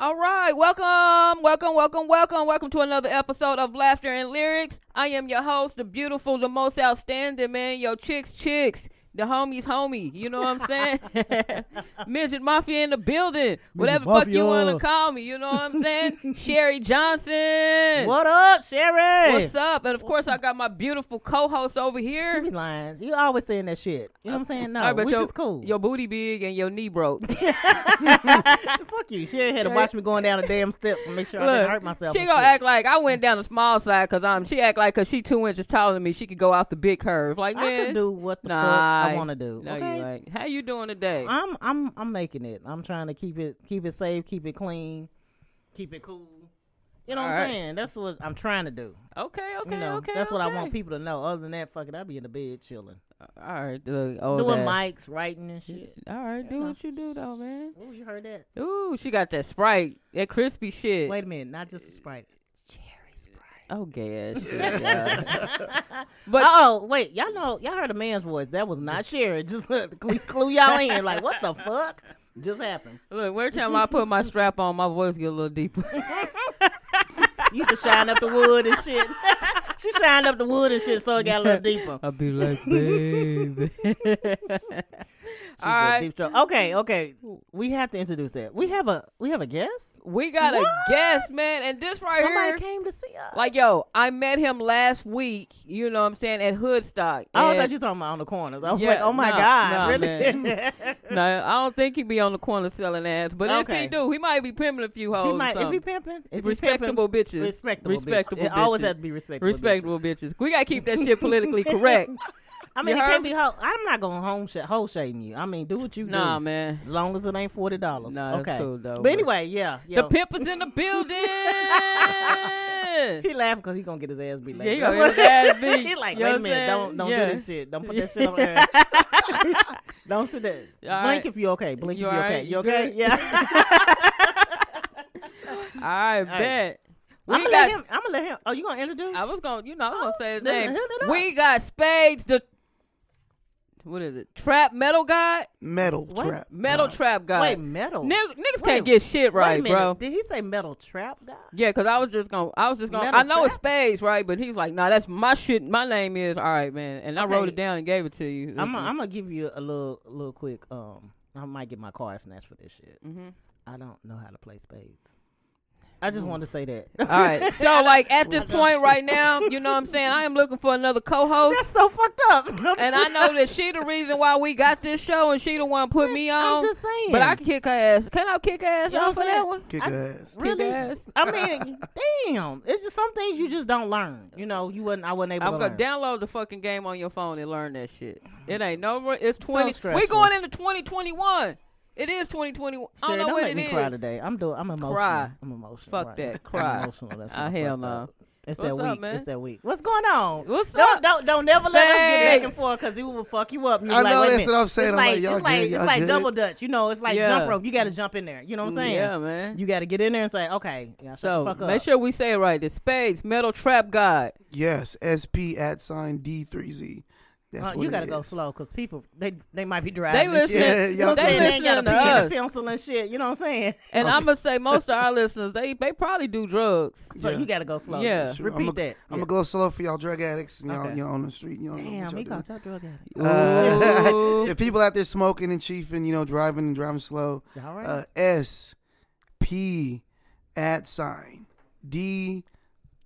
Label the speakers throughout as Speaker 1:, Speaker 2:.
Speaker 1: All right, welcome, welcome, welcome, welcome, welcome to another episode of Laughter and Lyrics. I am your host, the beautiful, the most outstanding man, yo chicks, chicks, the homies, homie. You know what I'm saying? Midget Mafia in the building, whatever the fuck you
Speaker 2: Mafia.
Speaker 1: want to call me. You know what I'm saying? Sherry Johnson,
Speaker 2: What up, Sherry?
Speaker 1: what's up? And of course, I got my beautiful co-host over
Speaker 2: She
Speaker 1: here.
Speaker 2: be lying. You always saying that shit. You know what I'm saying? No,
Speaker 1: All right, but
Speaker 2: which
Speaker 1: your-
Speaker 2: is cool.
Speaker 1: Your booty big and your knee broke.
Speaker 2: Fuck you. Sherry had to watch me going down the damn steps and make sure I
Speaker 1: Look,
Speaker 2: didn't hurt myself.
Speaker 1: She
Speaker 2: and
Speaker 1: gonna
Speaker 2: shit.
Speaker 1: act like I went down the small side because um she act like cause she two inches taller than me she could go out the big curve like
Speaker 2: I
Speaker 1: man
Speaker 2: can do what the fuck I want to do.
Speaker 1: No,
Speaker 2: okay?
Speaker 1: you ain't. How you doing today?
Speaker 2: I'm I'm I'm making it. I'm trying to keep it keep it safe, keep it clean, keep it cool. You know what
Speaker 1: All
Speaker 2: I'm
Speaker 1: right.
Speaker 2: saying? That's what I'm trying to do.
Speaker 1: okay, okay,
Speaker 2: You know,
Speaker 1: okay.
Speaker 2: that's what I want
Speaker 1: okay.
Speaker 2: people to know. Other than that, fucking, I be in the bed chilling,
Speaker 1: All right, look, all
Speaker 2: doing
Speaker 1: Oh, that.
Speaker 2: mics, writing and shit.
Speaker 1: All right, do
Speaker 2: know.
Speaker 1: what you do though, man.
Speaker 2: Ooh, you heard that?
Speaker 1: Ooh, she got that Sprite, that crispy shit.
Speaker 2: Wait a minute, not just a sprite, cherry sprite.
Speaker 1: Oh, gosh. yeah.
Speaker 2: But
Speaker 1: But-
Speaker 2: oh, wait, y'all know y'all heard a man's voice. That was not Sherry. Just to clue, clue y'all in. Like, what the fuck just happened?
Speaker 1: Look, every time I put my strap on, my voice get a little deeper.
Speaker 2: You could shine up the wood and shit. she shined up the wood and shit, so it got a little deeper.
Speaker 1: I be like, baby.
Speaker 2: She
Speaker 1: All
Speaker 2: said
Speaker 1: right.
Speaker 2: deep stroke. Okay, okay. We have to introduce that. We have a we have a guest.
Speaker 1: We got a guest, man, and this right
Speaker 2: Somebody
Speaker 1: here.
Speaker 2: came to see us.
Speaker 1: Like yo, I met him last week. You know what I'm saying at Hoodstock.
Speaker 2: Oh, I
Speaker 1: and-
Speaker 2: thought you were talking about on the corners. I was
Speaker 1: Yeah,
Speaker 2: like, oh my
Speaker 1: nah, nah,
Speaker 2: god,
Speaker 1: man.
Speaker 2: really?
Speaker 1: no, I don't think he be on the corner selling ass. But if he
Speaker 2: Okay.
Speaker 1: do, he might be pimping a few hoes.
Speaker 2: he
Speaker 1: or
Speaker 2: might if he
Speaker 1: Oh, something.
Speaker 2: pimping, is he
Speaker 1: respectable
Speaker 2: pimping?
Speaker 1: bitches.
Speaker 2: Respectable, bitch.
Speaker 1: Respectable
Speaker 2: It always
Speaker 1: bitches.
Speaker 2: has to be respectable. bitches.
Speaker 1: respectable bitches. We gotta keep that shit politically correct.
Speaker 2: I mean,
Speaker 1: You
Speaker 2: it
Speaker 1: heard
Speaker 2: can't
Speaker 1: me?
Speaker 2: be. Ho- I'm not gonna home sh- whole shame you. I mean, do what you
Speaker 1: Nah,
Speaker 2: do.
Speaker 1: man.
Speaker 2: As long as it ain't forty dollars.
Speaker 1: Nah, that's
Speaker 2: okay.
Speaker 1: cool, though, but-
Speaker 2: but anyway, yeah, yeah.
Speaker 1: The pimp is in the building.
Speaker 2: he laughed because he gonna get his ass beat later.
Speaker 1: he gonna get
Speaker 2: That's
Speaker 1: his
Speaker 2: what-
Speaker 1: ass beat.
Speaker 2: he like,
Speaker 1: You know
Speaker 2: wait a
Speaker 1: what
Speaker 2: minute,
Speaker 1: I'm saying?
Speaker 2: don't don't
Speaker 1: Yeah.
Speaker 2: do this shit. Don't put that shit on air. don't put that.
Speaker 1: All
Speaker 2: Blink
Speaker 1: right.
Speaker 2: if you okay. Blink
Speaker 1: You
Speaker 2: if
Speaker 1: all
Speaker 2: you okay.
Speaker 1: right?
Speaker 2: You,
Speaker 1: You
Speaker 2: okay?
Speaker 1: good?
Speaker 2: Yeah.
Speaker 1: All right, bet. We
Speaker 2: I'm gonna
Speaker 1: got
Speaker 2: let him. Oh, I'm gonna let him. Oh, you gonna introduce?
Speaker 1: I was gonna, you know, I was gonna say his
Speaker 2: then
Speaker 1: name.
Speaker 2: hit it up.
Speaker 1: We got Spades, the what is it? Trap metal guy,
Speaker 3: metal
Speaker 2: What?
Speaker 3: trap.
Speaker 1: metal
Speaker 3: guy.
Speaker 1: trap guy.
Speaker 2: Wait, metal.
Speaker 1: Nigg- niggas
Speaker 2: Wait,
Speaker 1: can't get shit
Speaker 2: Wait a
Speaker 1: right,
Speaker 2: minute.
Speaker 1: bro.
Speaker 2: Did he say metal trap guy?
Speaker 1: Yeah, cause I was just gonna, I was just gonna.
Speaker 2: Metal
Speaker 1: I know it's
Speaker 2: Trap?
Speaker 1: Spades, right? But he's like, nah, that's my shit. My name is all right, man. And I wrote
Speaker 2: Okay.
Speaker 1: it down and gave it to you.
Speaker 2: I'm gonna I'm gonna give you a little a little quick. Um, I might get my car snatched for this shit.
Speaker 1: Mhm.
Speaker 2: I don't know how to play spades. I just wanted to say that.
Speaker 1: all right. So like at this point right now, you know what I'm saying? I am looking for another co-host.
Speaker 2: That's so fucked up.
Speaker 1: And I know that she the reason why we got this show, and she the one put me on.
Speaker 2: I'm just saying.
Speaker 1: um, But I can kick her ass. Can I kick her ass
Speaker 2: You know
Speaker 1: off for
Speaker 2: what I'm
Speaker 1: that
Speaker 2: saying?
Speaker 1: one?
Speaker 3: Kick
Speaker 2: I-
Speaker 3: ass.
Speaker 2: really.
Speaker 1: ass.
Speaker 2: I mean, damn. It's just some things you just don't learn. You know, you wasn't. I wasn't able
Speaker 1: I'm
Speaker 2: to
Speaker 1: gonna
Speaker 2: learn.
Speaker 1: download the fucking game on your phone and learn that shit. It ain't no. more. It's
Speaker 2: So
Speaker 1: twenty. we
Speaker 2: stressful.
Speaker 1: going into 2021. It is 2021. I don't
Speaker 2: Sherry,
Speaker 1: know
Speaker 2: don't
Speaker 1: what
Speaker 2: make
Speaker 1: it
Speaker 2: me
Speaker 1: is.
Speaker 2: cry today. I'm doing. I'm emotional.
Speaker 1: Cry.
Speaker 2: I'm emotional.
Speaker 1: Fuck
Speaker 2: right
Speaker 1: that.
Speaker 2: now. I'm
Speaker 1: Cry.
Speaker 2: emotional. That's
Speaker 1: Ah,
Speaker 2: my
Speaker 1: hell
Speaker 2: fucked
Speaker 1: no.
Speaker 2: up. It's
Speaker 1: What's
Speaker 2: that
Speaker 1: up,
Speaker 2: week.
Speaker 1: man?
Speaker 2: It's that week. What's going on?
Speaker 1: What's
Speaker 2: don't,
Speaker 1: up?
Speaker 2: Don't don't never let us get back and
Speaker 1: Spades.
Speaker 2: forth because it will fuck you up. You
Speaker 3: I
Speaker 2: like,
Speaker 3: know,
Speaker 2: wait a
Speaker 3: that's
Speaker 2: minute.
Speaker 3: what I'm saying.
Speaker 2: It's
Speaker 3: I'm
Speaker 2: like,
Speaker 3: like, y'all
Speaker 2: it's like
Speaker 3: good,
Speaker 2: it's
Speaker 3: y'all
Speaker 2: like
Speaker 3: good?
Speaker 2: double dutch. You know, it's like
Speaker 1: Yeah.
Speaker 2: jump rope. You got to jump in there. You know what I'm saying?
Speaker 1: Yeah, man.
Speaker 2: You got to get in there and say, okay, yeah, shut the
Speaker 1: so
Speaker 2: fuck up.
Speaker 1: make sure we say it right. The spades, metal trap god.
Speaker 3: Yes, SP at sign D3Z. That's
Speaker 2: Uh,
Speaker 3: what
Speaker 2: you
Speaker 3: it
Speaker 2: gotta go
Speaker 3: is.
Speaker 2: slow because people they they might be driving. and
Speaker 1: listen-
Speaker 2: shit.
Speaker 3: Yeah,
Speaker 2: You know
Speaker 3: y'all
Speaker 2: what I'm
Speaker 1: They
Speaker 2: saying?
Speaker 3: good.
Speaker 2: They ain't got a
Speaker 1: listening
Speaker 2: pen
Speaker 1: to
Speaker 2: and pencil and shit. You know what I'm saying?
Speaker 1: And I'm gonna say most of our listeners, they they probably do drugs.
Speaker 2: So
Speaker 3: Yeah.
Speaker 2: you gotta go slow.
Speaker 1: Yeah.
Speaker 3: Sure,
Speaker 2: Repeat
Speaker 3: I'ma-
Speaker 2: that.
Speaker 3: I'm gonna go slow for y'all drug addicts and y'all,
Speaker 2: Okay.
Speaker 3: y'all on the street. You don't know
Speaker 2: Damn,
Speaker 3: what
Speaker 2: he
Speaker 3: y'all
Speaker 2: caught your drug addict.
Speaker 3: doing. Uh,
Speaker 1: Ooh.
Speaker 3: the people out there smoking and chiefing, you know, driving and driving slow.
Speaker 2: You All right.
Speaker 3: Uh, S P at sign D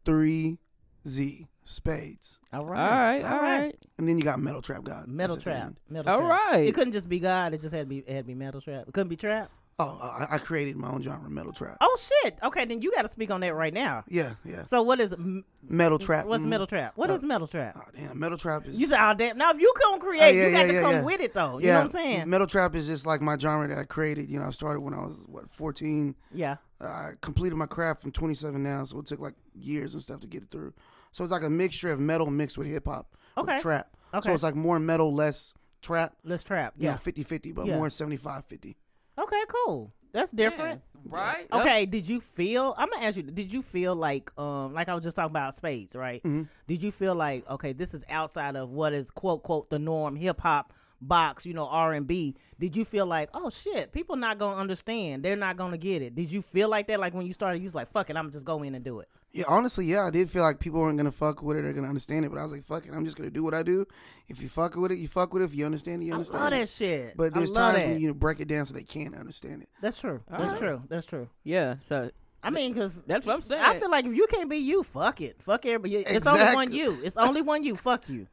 Speaker 3: three Z spades,
Speaker 2: all
Speaker 1: all
Speaker 2: right.
Speaker 1: right, all right,
Speaker 3: and then you got metal trap god.
Speaker 2: Metal
Speaker 3: That's at the
Speaker 2: trap.
Speaker 3: end.
Speaker 2: Metal
Speaker 1: All
Speaker 2: trap.
Speaker 1: right.
Speaker 2: It couldn't just be God. It just had to be it had to be metal trap. It couldn't be trap.
Speaker 3: Oh, I, I created my own genre, metal trap.
Speaker 2: Oh shit. Okay, then you gotta speak on that right now.
Speaker 3: Yeah, yeah.
Speaker 2: So what is m-
Speaker 3: Metal trap.
Speaker 2: what's
Speaker 3: mhm.
Speaker 2: metal trap? What
Speaker 3: Uh,
Speaker 2: is metal trap?
Speaker 3: Oh, damn, metal trap is.
Speaker 2: You said, oh damn. Now if you come create,
Speaker 3: Oh, yeah,
Speaker 2: you got
Speaker 3: yeah,
Speaker 2: to
Speaker 3: yeah,
Speaker 2: come
Speaker 3: yeah.
Speaker 2: with it though. You
Speaker 3: Yeah,
Speaker 2: know what I'm saying?
Speaker 3: Metal trap is just like my genre that I created. You know, I started when I was what 14.
Speaker 2: yeah.
Speaker 3: Uh, I completed my craft from 27 now, so it took like years and stuff to get it through. So it's like a mixture of metal mixed with hip hop,
Speaker 2: Okay.
Speaker 3: with trap.
Speaker 2: Okay.
Speaker 3: So it's like more metal, less trap.
Speaker 2: Let's trap.
Speaker 3: You
Speaker 2: Yeah.
Speaker 3: know, 50-50, but
Speaker 2: Yeah.
Speaker 3: more 75-50.
Speaker 2: Okay, cool. That's different.
Speaker 1: right.
Speaker 2: Okay, did you feel? I'm gonna ask you. Did you feel like, um, like I was just talking about
Speaker 3: Mm-hmm.
Speaker 2: spades, right? Did you feel like, okay, this is outside of what is quote quote the norm hip hop, box, you know, R and B, did you feel like, oh shit, people not gonna understand, they're not gonna get it? Did you feel like that? Like when you started, you was like, fuck it, I'm just go in and do it.
Speaker 3: Yeah, honestly, yeah, I did feel like people weren't gonna fuck with it or gonna understand it, but I was like, fuck it, I'm just gonna do what I do. If you fuck with it, you fuck with it. If you understand it, you
Speaker 2: I
Speaker 3: understand
Speaker 2: love
Speaker 3: it.
Speaker 2: that shit.
Speaker 3: But there's
Speaker 2: I love
Speaker 3: times
Speaker 2: that.
Speaker 3: when you break it down so they can't understand it.
Speaker 2: That's true. That's
Speaker 1: right.
Speaker 2: true. That's true.
Speaker 1: Yeah, so
Speaker 2: I mean, because
Speaker 1: that's what I'm saying.
Speaker 2: I feel like if you can't be you, fuck it. Fuck everybody. It's only one
Speaker 3: Exactly.
Speaker 2: you. It's only one you. Fuck you.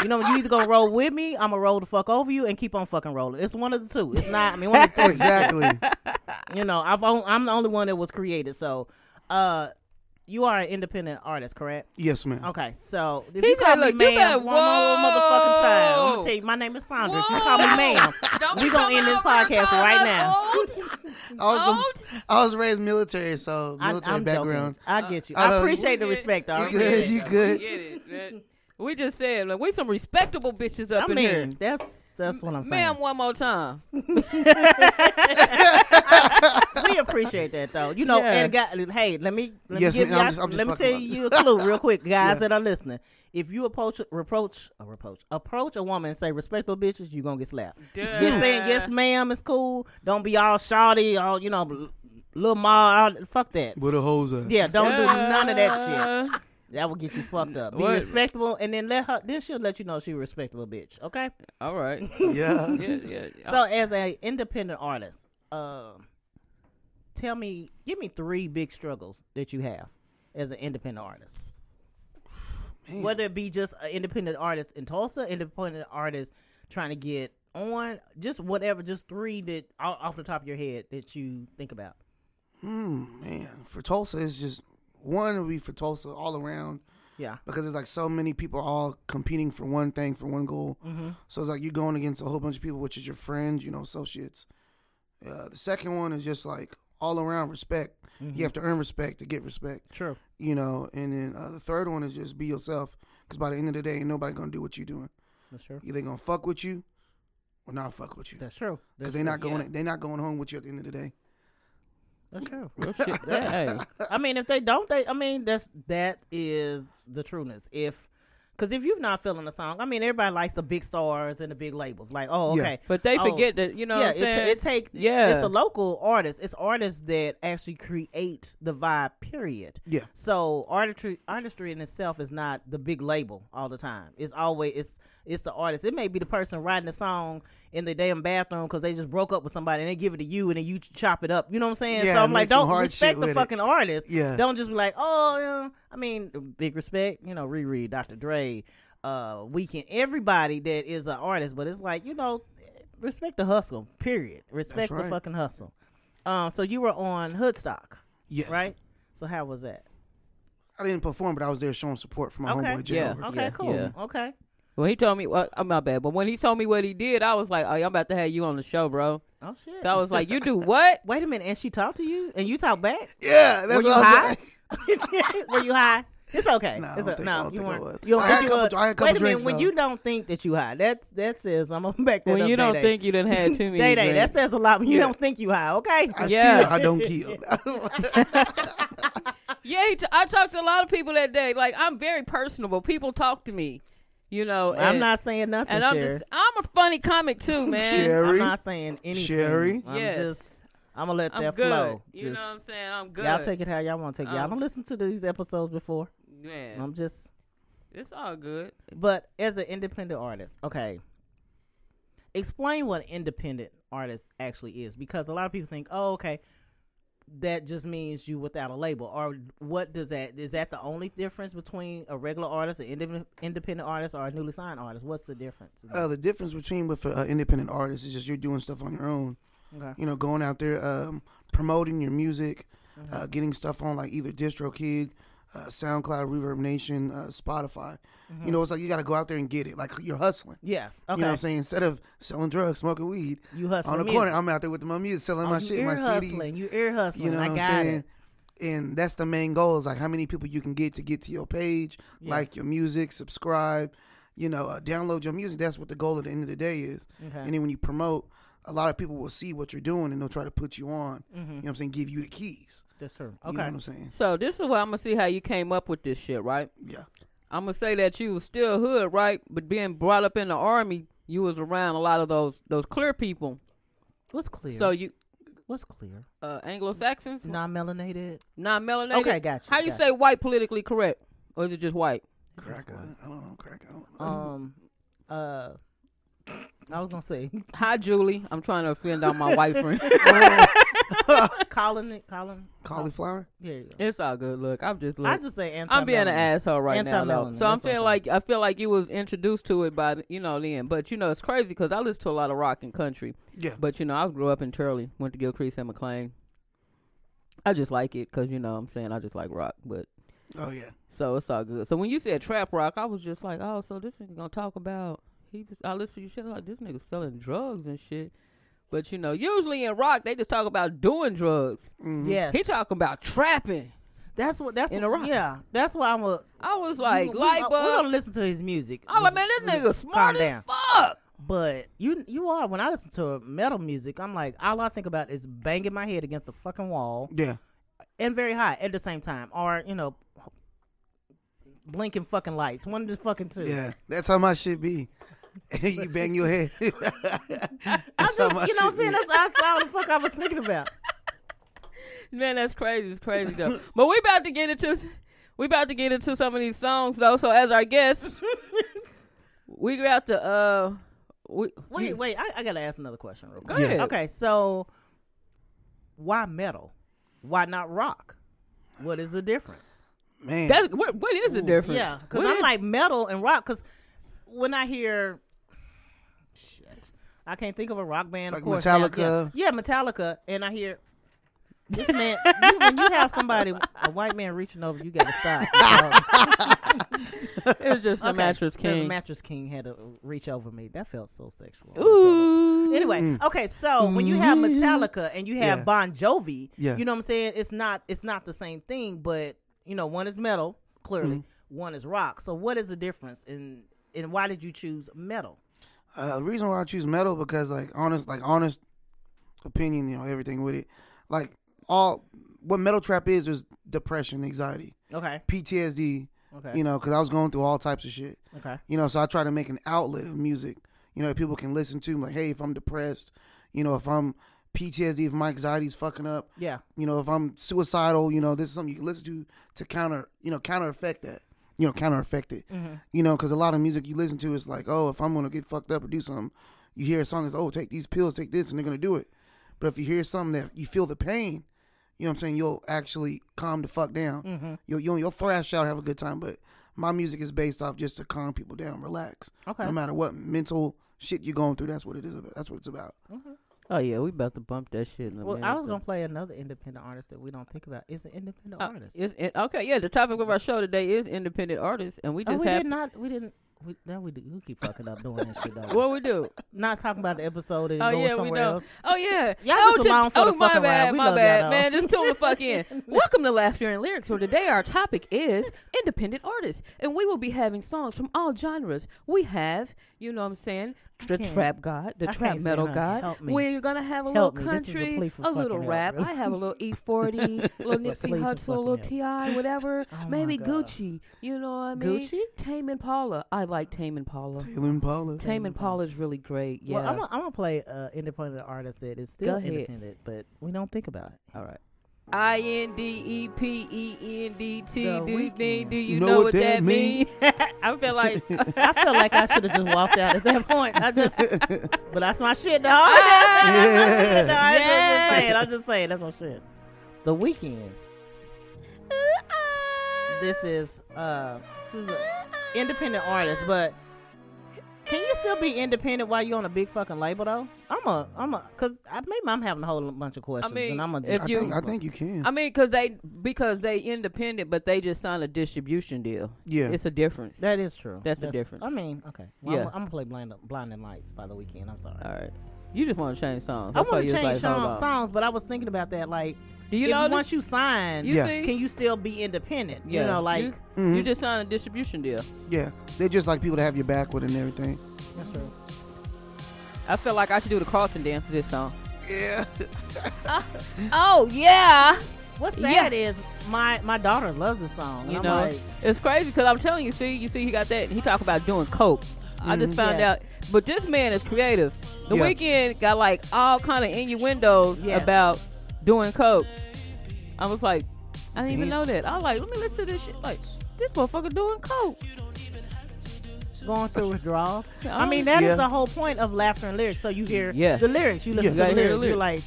Speaker 2: You know, you either gonna roll with me, I'm gonna roll the fuck over you, and keep on fucking rolling. It's one of the two. It's not. I mean, one of the three.
Speaker 3: Exactly.
Speaker 2: You know, I've on, I'm the only one that was created. So, uh, you are an independent artist, correct?
Speaker 3: yes, ma'am.
Speaker 2: Okay, so if
Speaker 1: He
Speaker 2: you call
Speaker 1: said,
Speaker 2: me
Speaker 1: "Look, you better-
Speaker 2: ma'am one more motherfucking time, I'm
Speaker 1: Whoa.
Speaker 2: gonna tell you, my name is Sandra. If you call me ma'am,
Speaker 1: Don't
Speaker 2: we
Speaker 1: you
Speaker 2: gonna
Speaker 1: come
Speaker 2: end this
Speaker 1: out here
Speaker 2: podcast
Speaker 1: calling
Speaker 2: right
Speaker 1: us
Speaker 2: now.
Speaker 1: old.
Speaker 3: I was, from- I was raised military, so
Speaker 2: Oh. I,
Speaker 3: military
Speaker 2: am
Speaker 3: background.
Speaker 2: Joking. I get you.
Speaker 3: I
Speaker 2: I,
Speaker 3: know.
Speaker 2: appreciate the
Speaker 1: We get-
Speaker 2: respect, though. I
Speaker 3: You
Speaker 1: We
Speaker 2: really
Speaker 1: get it, though.
Speaker 3: good? You good?
Speaker 1: We get it. man. We just said like we some respectable bitches up
Speaker 2: I
Speaker 1: in here.
Speaker 2: mean, that's that's what I'm saying.
Speaker 1: Ma'am, one more time.
Speaker 2: we appreciate that though. You know,
Speaker 1: Yeah.
Speaker 2: and got, hey, let me let
Speaker 3: Yes,
Speaker 2: me give
Speaker 3: ma'am.
Speaker 2: y'all,
Speaker 3: I'm just- I'm just
Speaker 2: let me
Speaker 3: fucking
Speaker 2: tell
Speaker 3: with
Speaker 2: you a clue real quick, guys
Speaker 3: Yeah.
Speaker 2: that are listening. If you approach reproach uh, reproach approach a woman and say respectful bitches, you gonna get slapped.
Speaker 1: Duh.
Speaker 2: You're saying yes, ma'am, it's cool. Don't be all shawty, all you know, little ma. All, fuck that.
Speaker 3: With a hose up.
Speaker 2: Yeah, don't do none of that shit.
Speaker 1: Uh,
Speaker 2: That will get you fucked up. Be
Speaker 1: What?
Speaker 2: respectable, and then let her. Then she'll let you know she a respectable bitch. Okay.
Speaker 1: All right.
Speaker 3: Yeah.
Speaker 1: Yeah, yeah. yeah.
Speaker 2: So, as an independent artist, um, tell me, give me three big struggles that you have as an independent artist.
Speaker 3: Man.
Speaker 2: Whether it be just an independent artist in Tulsa, independent artist trying to get on, just whatever, just three that o- off the top of your head that you think about.
Speaker 3: Hmm, man. For Tulsa, it's just one would be for Tulsa all around
Speaker 2: Yeah,
Speaker 3: because it's like so many people all competing for one thing, for one goal. So it's like you're going against a whole bunch of people, which is your friends, you know, associates. Uh, the second one is just like all around respect. You have to earn respect to get respect.
Speaker 2: Mm-hmm. true.
Speaker 3: you know. And then uh, the third one is just be yourself, because by the end of the day, ain't nobody gonna do what you're doing.
Speaker 2: That's true.
Speaker 3: Either they gonna fuck with you, or not fuck with you,
Speaker 2: That's true.
Speaker 3: because
Speaker 2: That's
Speaker 3: they not
Speaker 2: true.
Speaker 3: going they not going home with you at the end of the day.
Speaker 2: That's true.
Speaker 1: Real shit. Hey,
Speaker 2: I mean, if they don't, they. I mean, that's that is the trueness. If because if you're not feeling the song, I mean, everybody likes the big stars and the big labels. Like, oh,
Speaker 3: Yeah.
Speaker 2: okay,
Speaker 1: But they
Speaker 2: Oh,
Speaker 1: forget that you know.
Speaker 2: yeah,
Speaker 1: what I'm
Speaker 2: it,
Speaker 1: saying?
Speaker 2: ta- it take
Speaker 1: Yeah.
Speaker 2: It's the local artists. It's artists that actually create the vibe. Period.
Speaker 3: Yeah.
Speaker 2: So artistry, artistry in itself is not the big label all the time. It's always it's it's the artist. It may be the person writing the song in the damn bathroom because they just broke up with somebody and they give it to you and then you chop it up. You know what I'm saying?
Speaker 3: Yeah,
Speaker 2: so I'm like,
Speaker 3: make some
Speaker 2: don't
Speaker 3: hard
Speaker 2: respect
Speaker 3: shit
Speaker 2: the
Speaker 3: with it.
Speaker 2: fucking artist.
Speaker 3: Yeah.
Speaker 2: Don't just be like, oh, yeah. I mean, big respect. You know, Riri, Dr. Dre, uh, Weekend, everybody that is an artist. But it's like you know, respect the hustle. Period. Respect the
Speaker 3: right.
Speaker 2: fucking hustle. Um, so you were on Hoodstock,
Speaker 3: Yes,
Speaker 2: right? So how was that?
Speaker 3: I didn't perform, but I was there showing support for my
Speaker 2: Okay.
Speaker 3: homeboy Jay.
Speaker 1: Yeah.
Speaker 3: Oliver.
Speaker 2: Okay,
Speaker 1: Yeah,
Speaker 2: cool.
Speaker 1: yeah.
Speaker 2: Okay.
Speaker 1: When he told me, well, I'm not bad, but when he told me what he did, I was like, "Oh, I'm about to have you on the show, bro."
Speaker 2: Oh shit.
Speaker 1: So I was like, "You do what?"
Speaker 2: Wait a minute, and she talked to you, and you talk back.
Speaker 3: Yeah, that's
Speaker 2: Were you
Speaker 3: what I was
Speaker 2: high?
Speaker 3: like.
Speaker 2: Were you high? It's okay.
Speaker 3: No, I
Speaker 2: it's
Speaker 3: don't
Speaker 2: a,
Speaker 3: think-
Speaker 2: no
Speaker 3: I don't
Speaker 2: you
Speaker 3: think I
Speaker 2: weren't.
Speaker 3: was.
Speaker 2: You don't
Speaker 3: I
Speaker 2: think
Speaker 3: had
Speaker 2: you
Speaker 3: a couple-
Speaker 2: were?
Speaker 3: I had a couple
Speaker 2: Wait a minute.
Speaker 3: drinks,
Speaker 2: When
Speaker 3: though.
Speaker 2: you don't think that you high, that that says I'm gonna back that
Speaker 1: When
Speaker 2: up.
Speaker 1: you don't
Speaker 2: Day-Day.
Speaker 1: think you done had too many,
Speaker 2: Day day, that
Speaker 1: drinks.
Speaker 2: says a lot when you
Speaker 3: Yeah.
Speaker 2: don't think you high. Okay.
Speaker 3: I
Speaker 1: Yeah.
Speaker 3: still I don't kill.
Speaker 1: yeah. He t- I talked to a lot of people that day. Like I'm very personable. People talk to me, you know.
Speaker 2: I'm
Speaker 1: and-
Speaker 2: not saying nothing,
Speaker 1: and I'm
Speaker 2: Sherry.
Speaker 1: just I'm a funny comic too, man.
Speaker 3: Sherry.
Speaker 2: I'm not saying anything.
Speaker 3: Sherry?
Speaker 2: I'm
Speaker 1: Yes.
Speaker 2: just. I'm gonna let
Speaker 1: I'm
Speaker 2: that
Speaker 1: good.
Speaker 2: flow.
Speaker 1: You know
Speaker 2: Just-
Speaker 1: what I'm saying? I'm good.
Speaker 2: Y'all take it how y'all want to take it. Y'all
Speaker 1: Um,
Speaker 2: don't listen to these episodes before.
Speaker 1: Man,
Speaker 2: I'm just.
Speaker 1: it's all good.
Speaker 2: But as an independent artist, okay, explain what an independent artist actually is, because a lot of people think, oh, okay, that just means you without a label. Or what does that? Is that the only difference between a regular artist, an indep- independent artist, or a newly signed artist? What's the difference?
Speaker 3: Uh, the difference between with an independent artist is just you're doing stuff on your own.
Speaker 2: Okay.
Speaker 3: You know, going out there, um, promoting your music,
Speaker 2: Mm-hmm.
Speaker 3: uh, getting stuff on like either DistroKid, uh, SoundCloud, Reverb Nation, uh, Spotify. You know, it's like you got to go out there and get it. Like you're hustling.
Speaker 2: yeah. Mm-hmm. Okay.
Speaker 3: You know what I'm saying? Instead of selling drugs, smoking weed
Speaker 2: You hustling
Speaker 3: on the
Speaker 2: music.
Speaker 3: corner, I'm out there with my music, selling
Speaker 2: Oh,
Speaker 3: my
Speaker 2: you
Speaker 3: shit,
Speaker 2: ear
Speaker 3: my
Speaker 2: hustling.
Speaker 3: CDs.
Speaker 2: You ear hustling.
Speaker 3: You know
Speaker 2: I
Speaker 3: what I'm
Speaker 2: got
Speaker 3: saying?
Speaker 2: it.
Speaker 3: And that's the main goal is like how many people you can get to get to your page, like your music, subscribe, you know, uh, download your music. That's what the goal at the end of the day is.
Speaker 2: Okay.
Speaker 3: And then when you promote, a lot of people will see what you're doing and they'll try to put you on. You know what I'm saying? Give you the keys.
Speaker 2: That's true.
Speaker 3: You know
Speaker 2: Mm-hmm. Okay.
Speaker 3: what I'm saying?
Speaker 1: So this is where I'm gonna see how you came up with this shit, right?
Speaker 3: Yeah.
Speaker 1: I'm gonna say that you was still hood, right? But being brought up in the army, you was around a lot of those those clear people.
Speaker 2: What's clear?
Speaker 1: So you
Speaker 2: what's clear?
Speaker 1: uh, Anglo Saxons,
Speaker 2: Non melanated.
Speaker 1: non melanated.
Speaker 2: Okay, got you.
Speaker 1: How you
Speaker 2: got
Speaker 1: say white politically correct, or is it just white?
Speaker 3: Crack. I don't know. Crack. I don't know.
Speaker 2: Um. Uh. I was gonna say
Speaker 1: Hi, Julie. I'm trying to offend all my white friends.
Speaker 2: Colin. Colin.
Speaker 3: Cauliflower.
Speaker 2: There you go.
Speaker 1: It's all good. Look, I'm just
Speaker 2: I
Speaker 1: look.
Speaker 2: just say anti.
Speaker 1: I'm being an asshole right now, though.
Speaker 2: Anti-melanin,
Speaker 1: So I'm
Speaker 2: that's what
Speaker 1: feeling
Speaker 2: I'm
Speaker 1: like I feel like you was introduced to it by you know then, but you know it's crazy because I listen to a lot of rock and country.
Speaker 3: Yeah.
Speaker 1: But you know, I grew up in Turley, went to Gilcrease and McLean. I just like it because you know what I'm saying I just like rock, but
Speaker 3: Oh yeah.
Speaker 1: so it's all good. So when you said trap rock, I was just like, oh, so this nigga gonna talk about he? Was, I listen to you shit like this nigga selling drugs and shit. But you know, usually in rock they just talk about doing drugs.
Speaker 3: Mhm.
Speaker 2: Yes.
Speaker 1: Mm-hmm. He talking about trapping.
Speaker 2: That's what. That's
Speaker 1: in
Speaker 2: what,
Speaker 1: a rock.
Speaker 2: Yeah. That's why I'm a.
Speaker 1: I was like,
Speaker 2: we, we-
Speaker 1: light
Speaker 2: We're
Speaker 1: bulb.
Speaker 2: gonna listen to his music.
Speaker 1: I like,
Speaker 2: Just-
Speaker 1: man, this
Speaker 2: just
Speaker 1: nigga smart
Speaker 2: calm
Speaker 1: as
Speaker 2: down.
Speaker 1: fuck.
Speaker 2: But you you are when I listen to metal music, I'm like all I think about is banging my head against the fucking wall
Speaker 3: Yeah.
Speaker 2: and very high at the same time, or you know, blinking fucking lights. One of the fucking two.
Speaker 3: Yeah. That's how my shit be. you bang your head.
Speaker 2: I'm
Speaker 3: That's how my
Speaker 2: just, you know what I'm
Speaker 3: shit
Speaker 2: saying?
Speaker 3: be.
Speaker 2: That's, that's all the fuck I was thinking about.
Speaker 1: Man, that's crazy. It's crazy though. but we about to get into we about to get into some of these songs though. So as our guest, we got the uh, we
Speaker 2: Wait, wait, I, I gotta ask another question real
Speaker 1: go
Speaker 2: quick.
Speaker 3: Yeah.
Speaker 1: ahead.
Speaker 2: Okay, so why metal? Why not rock? What is the difference?
Speaker 3: Man.
Speaker 1: That's, what what is the difference?
Speaker 2: Yeah, because
Speaker 1: What
Speaker 2: I'm
Speaker 1: is-
Speaker 2: like metal and rock. Because when I hear shit, I can't think of a rock band.
Speaker 3: Like
Speaker 2: of course, now,
Speaker 3: Metallica.
Speaker 2: yeah. yeah, Metallica, and I hear this man. you, when you have somebody, a white man reaching over, you got to stop.
Speaker 1: it's just
Speaker 2: Okay,
Speaker 1: the mattress
Speaker 2: there's
Speaker 1: king.
Speaker 2: a mattress king had to reach over me. That felt so sexual.
Speaker 1: Ooh. Mm-hmm.
Speaker 2: Anyway, okay, so when you have Metallica and you have
Speaker 3: Mm. Yeah.
Speaker 2: Bon Jovi,
Speaker 3: Yeah.
Speaker 2: you know what I'm saying? It's not it's not the same thing, but you know, one is metal, clearly,
Speaker 3: Mm-hmm.
Speaker 2: one is rock. So what is the difference and and why did you choose metal?
Speaker 3: Uh, the reason why I choose metal because like honest, like honest opinion, you know everything with it. Like all what metal trap is is depression, anxiety,
Speaker 2: Okay.
Speaker 3: PTSD.
Speaker 2: Okay.
Speaker 3: You know, because I was going through all types of shit.
Speaker 2: Okay.
Speaker 3: You know, so I try to make an outlet of music. You know, that people can listen to. Like, hey, if I'm depressed, you know, if I'm PTSD, if my anxiety's fucking up,
Speaker 2: Yeah.
Speaker 3: you know, if I'm suicidal, you know, this is something you can listen to to counter, you know, counter effect that, you know, counter effect it,
Speaker 2: Mm-hmm,
Speaker 3: you know, because a lot of music you listen to is like, oh, if I'm gonna get fucked up or do something, you hear a song that's, oh, take these pills, take this, and they're gonna do it. But if you hear something that you feel the pain, you know what I'm saying, you'll actually calm the fuck down.
Speaker 2: Mm. mm-hmm.
Speaker 3: You'll, you'll you'll thrash out, have a good time. But my music is based off just to calm people down, relax.
Speaker 2: Okay.
Speaker 3: No matter what mental shit you're going through, that's what it is. About. That's what it's about.
Speaker 1: Oh yeah, we about to bump that shit. In a
Speaker 2: Well,
Speaker 1: minute,
Speaker 2: I was
Speaker 1: though.
Speaker 2: gonna play another independent artist that we don't think about. It's an independent
Speaker 1: Uh,
Speaker 2: artist.
Speaker 1: it's in, okay, yeah. The topic of our show today is independent artists, and we
Speaker 2: Oh,
Speaker 1: just
Speaker 2: we
Speaker 1: have
Speaker 2: did not. We didn't. We, now we do. We keep fucking up doing this shit though.
Speaker 1: what we do.
Speaker 2: not talking about the episode and
Speaker 1: Oh
Speaker 2: going
Speaker 1: yeah, we
Speaker 2: somewhere
Speaker 1: know.
Speaker 2: else.
Speaker 1: Oh yeah,
Speaker 2: Y'all
Speaker 1: oh,
Speaker 2: just along for
Speaker 1: oh
Speaker 2: the
Speaker 1: my
Speaker 2: fucking
Speaker 1: bad,
Speaker 2: ride. We
Speaker 1: my
Speaker 2: love
Speaker 1: bad,
Speaker 2: y'all,
Speaker 1: man. Just tune the fuck in. Welcome to Laughter and Lyrics, where today our topic is independent artists, and we will be having songs from all genres. We have, you know, what I'm saying, the
Speaker 2: can't-
Speaker 1: trap god, the
Speaker 2: I
Speaker 1: trap
Speaker 2: can't sing,
Speaker 1: metal
Speaker 2: honey.
Speaker 1: god.
Speaker 2: Help me.
Speaker 1: We're gonna have a
Speaker 2: Help
Speaker 1: little
Speaker 2: me. This is a
Speaker 1: country,
Speaker 2: plea for
Speaker 1: a little
Speaker 2: fucking
Speaker 1: rap.
Speaker 2: help,
Speaker 1: I have a little E40, little
Speaker 2: It's a plea
Speaker 1: Nipsey
Speaker 2: for
Speaker 1: Hussle, little
Speaker 2: fucking Oh,
Speaker 1: Ti, whatever. Maybe
Speaker 2: God.
Speaker 1: Gucci. You know what I mean?
Speaker 2: Gucci?
Speaker 1: Tame Impala. I like Tame Impala.
Speaker 3: Helen Paula.
Speaker 1: Tame Impala's really great. Yeah.
Speaker 2: Well, I'm gonna I'm gonna play uh, independent artist that is
Speaker 1: Go
Speaker 2: still
Speaker 1: ahead.
Speaker 2: independent, but we don't think about it.
Speaker 1: All right. I N D E P E N D T.
Speaker 2: The
Speaker 1: Do you,
Speaker 2: Weeknd.
Speaker 1: do you know, what that mean? I feel like
Speaker 2: I feel like I should have just walked out at that point. I just, but that's my shit, dog.
Speaker 3: Yeah.
Speaker 2: no, I'm
Speaker 1: Yeah.
Speaker 2: just saying. I'm just saying. That's my shit. The weekend. This is uh, this is a independent artist, but can you still be independent while you're on a big fucking label though? I'm a, I'm a, cause I, maybe I'm having a whole bunch of questions,
Speaker 1: mean,
Speaker 2: and I'm gonna.
Speaker 1: if
Speaker 2: Just,
Speaker 3: I
Speaker 1: you-
Speaker 3: think, I think you can.
Speaker 1: I mean because they because they independent, but they just signed a distribution deal.
Speaker 3: yeah.
Speaker 1: It's a difference.
Speaker 2: That is true.
Speaker 1: That's the difference.
Speaker 2: I mean, okay. Well,
Speaker 1: Yeah.
Speaker 2: I'm, I'm gonna play Blind, Blinding Lights by the weekend. I'm sorry.
Speaker 1: All right. You just want to change songs.
Speaker 2: I
Speaker 1: That's why
Speaker 2: want
Speaker 1: you
Speaker 2: to
Speaker 1: was
Speaker 2: change
Speaker 1: like, hold
Speaker 2: song,
Speaker 1: on.
Speaker 2: songs, but I was thinking about that. Like,
Speaker 1: Do you
Speaker 2: if
Speaker 1: know
Speaker 2: once
Speaker 1: this?
Speaker 2: you sign,
Speaker 1: You
Speaker 3: Yeah.
Speaker 1: see?
Speaker 2: can you still be independent?
Speaker 1: yeah.
Speaker 2: You know, like
Speaker 1: you, you just signed a distribution deal.
Speaker 3: Yeah, they're just like people to have your back with and everything.
Speaker 2: that's true.
Speaker 1: I feel like I should do the Carlton dance to this song.
Speaker 3: Yeah.
Speaker 1: Oh yeah.
Speaker 2: What's sad is my my daughter loves this song. and
Speaker 1: You
Speaker 2: I'm
Speaker 1: know,
Speaker 2: like,
Speaker 1: it's crazy because I'm telling you. See, you see, he got that. He talked about doing coke. I just found
Speaker 2: Mm-hmm. Yes.
Speaker 1: out But this man is creative. The
Speaker 3: Yeah.
Speaker 1: weekend got like all kind of innuendos
Speaker 2: Yes.
Speaker 1: about doing coke. I was like, I didn't even
Speaker 3: Damn.
Speaker 1: know that. I was like, let me listen to this shit. Like, this motherfucker doing coke.
Speaker 2: Going through withdrawals.
Speaker 1: Yeah, I
Speaker 2: I mean,
Speaker 1: don't-
Speaker 2: that is
Speaker 3: Yeah.
Speaker 2: the whole point of laughter and lyrics. So you hear
Speaker 1: Yeah.
Speaker 2: the lyrics, you
Speaker 1: You
Speaker 2: listen to
Speaker 1: gotta
Speaker 2: the
Speaker 1: hear
Speaker 2: lyrics,
Speaker 1: the
Speaker 2: you're like,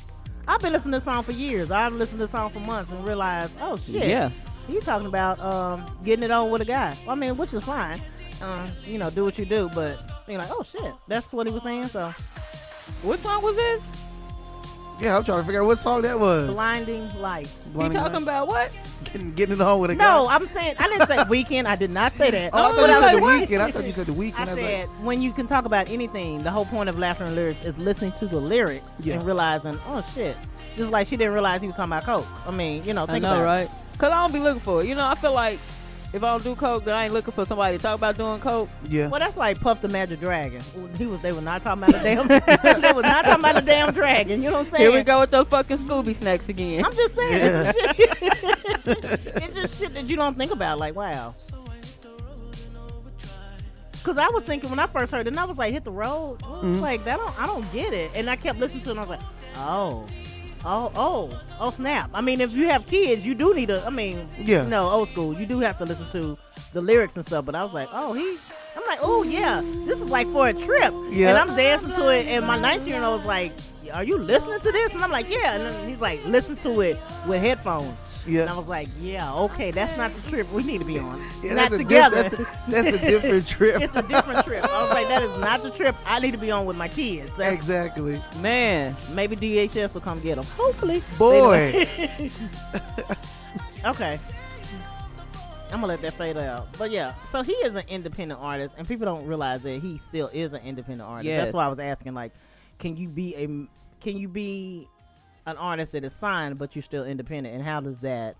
Speaker 2: I've been listening to this song for years. I've listened to this song for months and realized, oh shit,
Speaker 1: Yeah.
Speaker 2: you talking about um, getting it on with a guy. Well, I mean, which is fine. Um, you know, do what you do, but you're like, oh shit, that's what he was saying. So
Speaker 1: What song was this?
Speaker 3: Yeah, I'm trying to figure out what song that was.
Speaker 2: blinding lights.
Speaker 1: He
Speaker 3: Blinding
Speaker 1: talking
Speaker 3: Lights.
Speaker 1: about what?
Speaker 3: getting, getting it on with a guy.
Speaker 2: No, I'm saying I didn't say weekend. I did not say that.
Speaker 3: uh, Oh, I
Speaker 1: Oh,
Speaker 3: thought
Speaker 1: I
Speaker 3: you
Speaker 1: was
Speaker 3: said
Speaker 1: like, what?
Speaker 3: the weekend. I thought you said the
Speaker 2: I
Speaker 3: weekend. I, was
Speaker 2: said when you can talk about anything, the whole point of laughter and lyrics is listening to the lyrics
Speaker 3: Yeah.
Speaker 2: and realizing, oh shit. Just like she didn't realize he was talking about coke. I mean, you know,
Speaker 1: I
Speaker 2: think
Speaker 1: know,
Speaker 2: about
Speaker 1: right? Because I don't be looking for it. You know, I feel like if I don't do coke, then I ain't looking for somebody to talk about doing coke.
Speaker 3: like, yeah.
Speaker 2: it. Well, that's like Puff the Magic Dragon. He was. They were not talking about a damn. they were not talking about a damn dragon. You know what I'm saying?
Speaker 1: Here we go with those fucking Scooby snacks again.
Speaker 2: I'm just saying. It's, just shit. it's just shit that you don't think about. Like, wow. Cause I was thinking when I first heard it, and I was like, "Hit the road." I was Like that, don't I don't get it. And I kept listening to it, and I was like, "Oh, oh, oh, oh, snap!" I mean, if you have kids, you do need to. I mean,
Speaker 3: Yeah.
Speaker 2: you know, old school, you do have to listen to the lyrics and stuff. But I was like, "Oh, he," I'm like, "Oh yeah, this is like for a trip."
Speaker 3: Yeah.
Speaker 2: And I'm dancing to it, and my 19 year old was like, "Are you listening to this?" And I'm like, "Yeah." And then he's like, "Listen to it with headphones."
Speaker 3: Yeah.
Speaker 2: And I was like, "Yeah, okay, that's not the trip we need to be on.
Speaker 3: yeah,
Speaker 2: not
Speaker 3: that's a diff-
Speaker 2: together.
Speaker 3: that's, a, that's a different trip.
Speaker 2: it's a different trip." I was like, "That is not the trip I need to be on with my kids." That's-
Speaker 3: exactly.
Speaker 1: Man,
Speaker 2: Maybe DHS will come get them. Hopefully,
Speaker 3: Boy.
Speaker 2: okay. I'm gonna let that fade out. But yeah, so he is an independent artist, and people don't realize that he still is an independent artist.
Speaker 1: Yes.
Speaker 2: That's why I was asking, like, can you be a can you be an artist that is signed but you're still independent, and how does that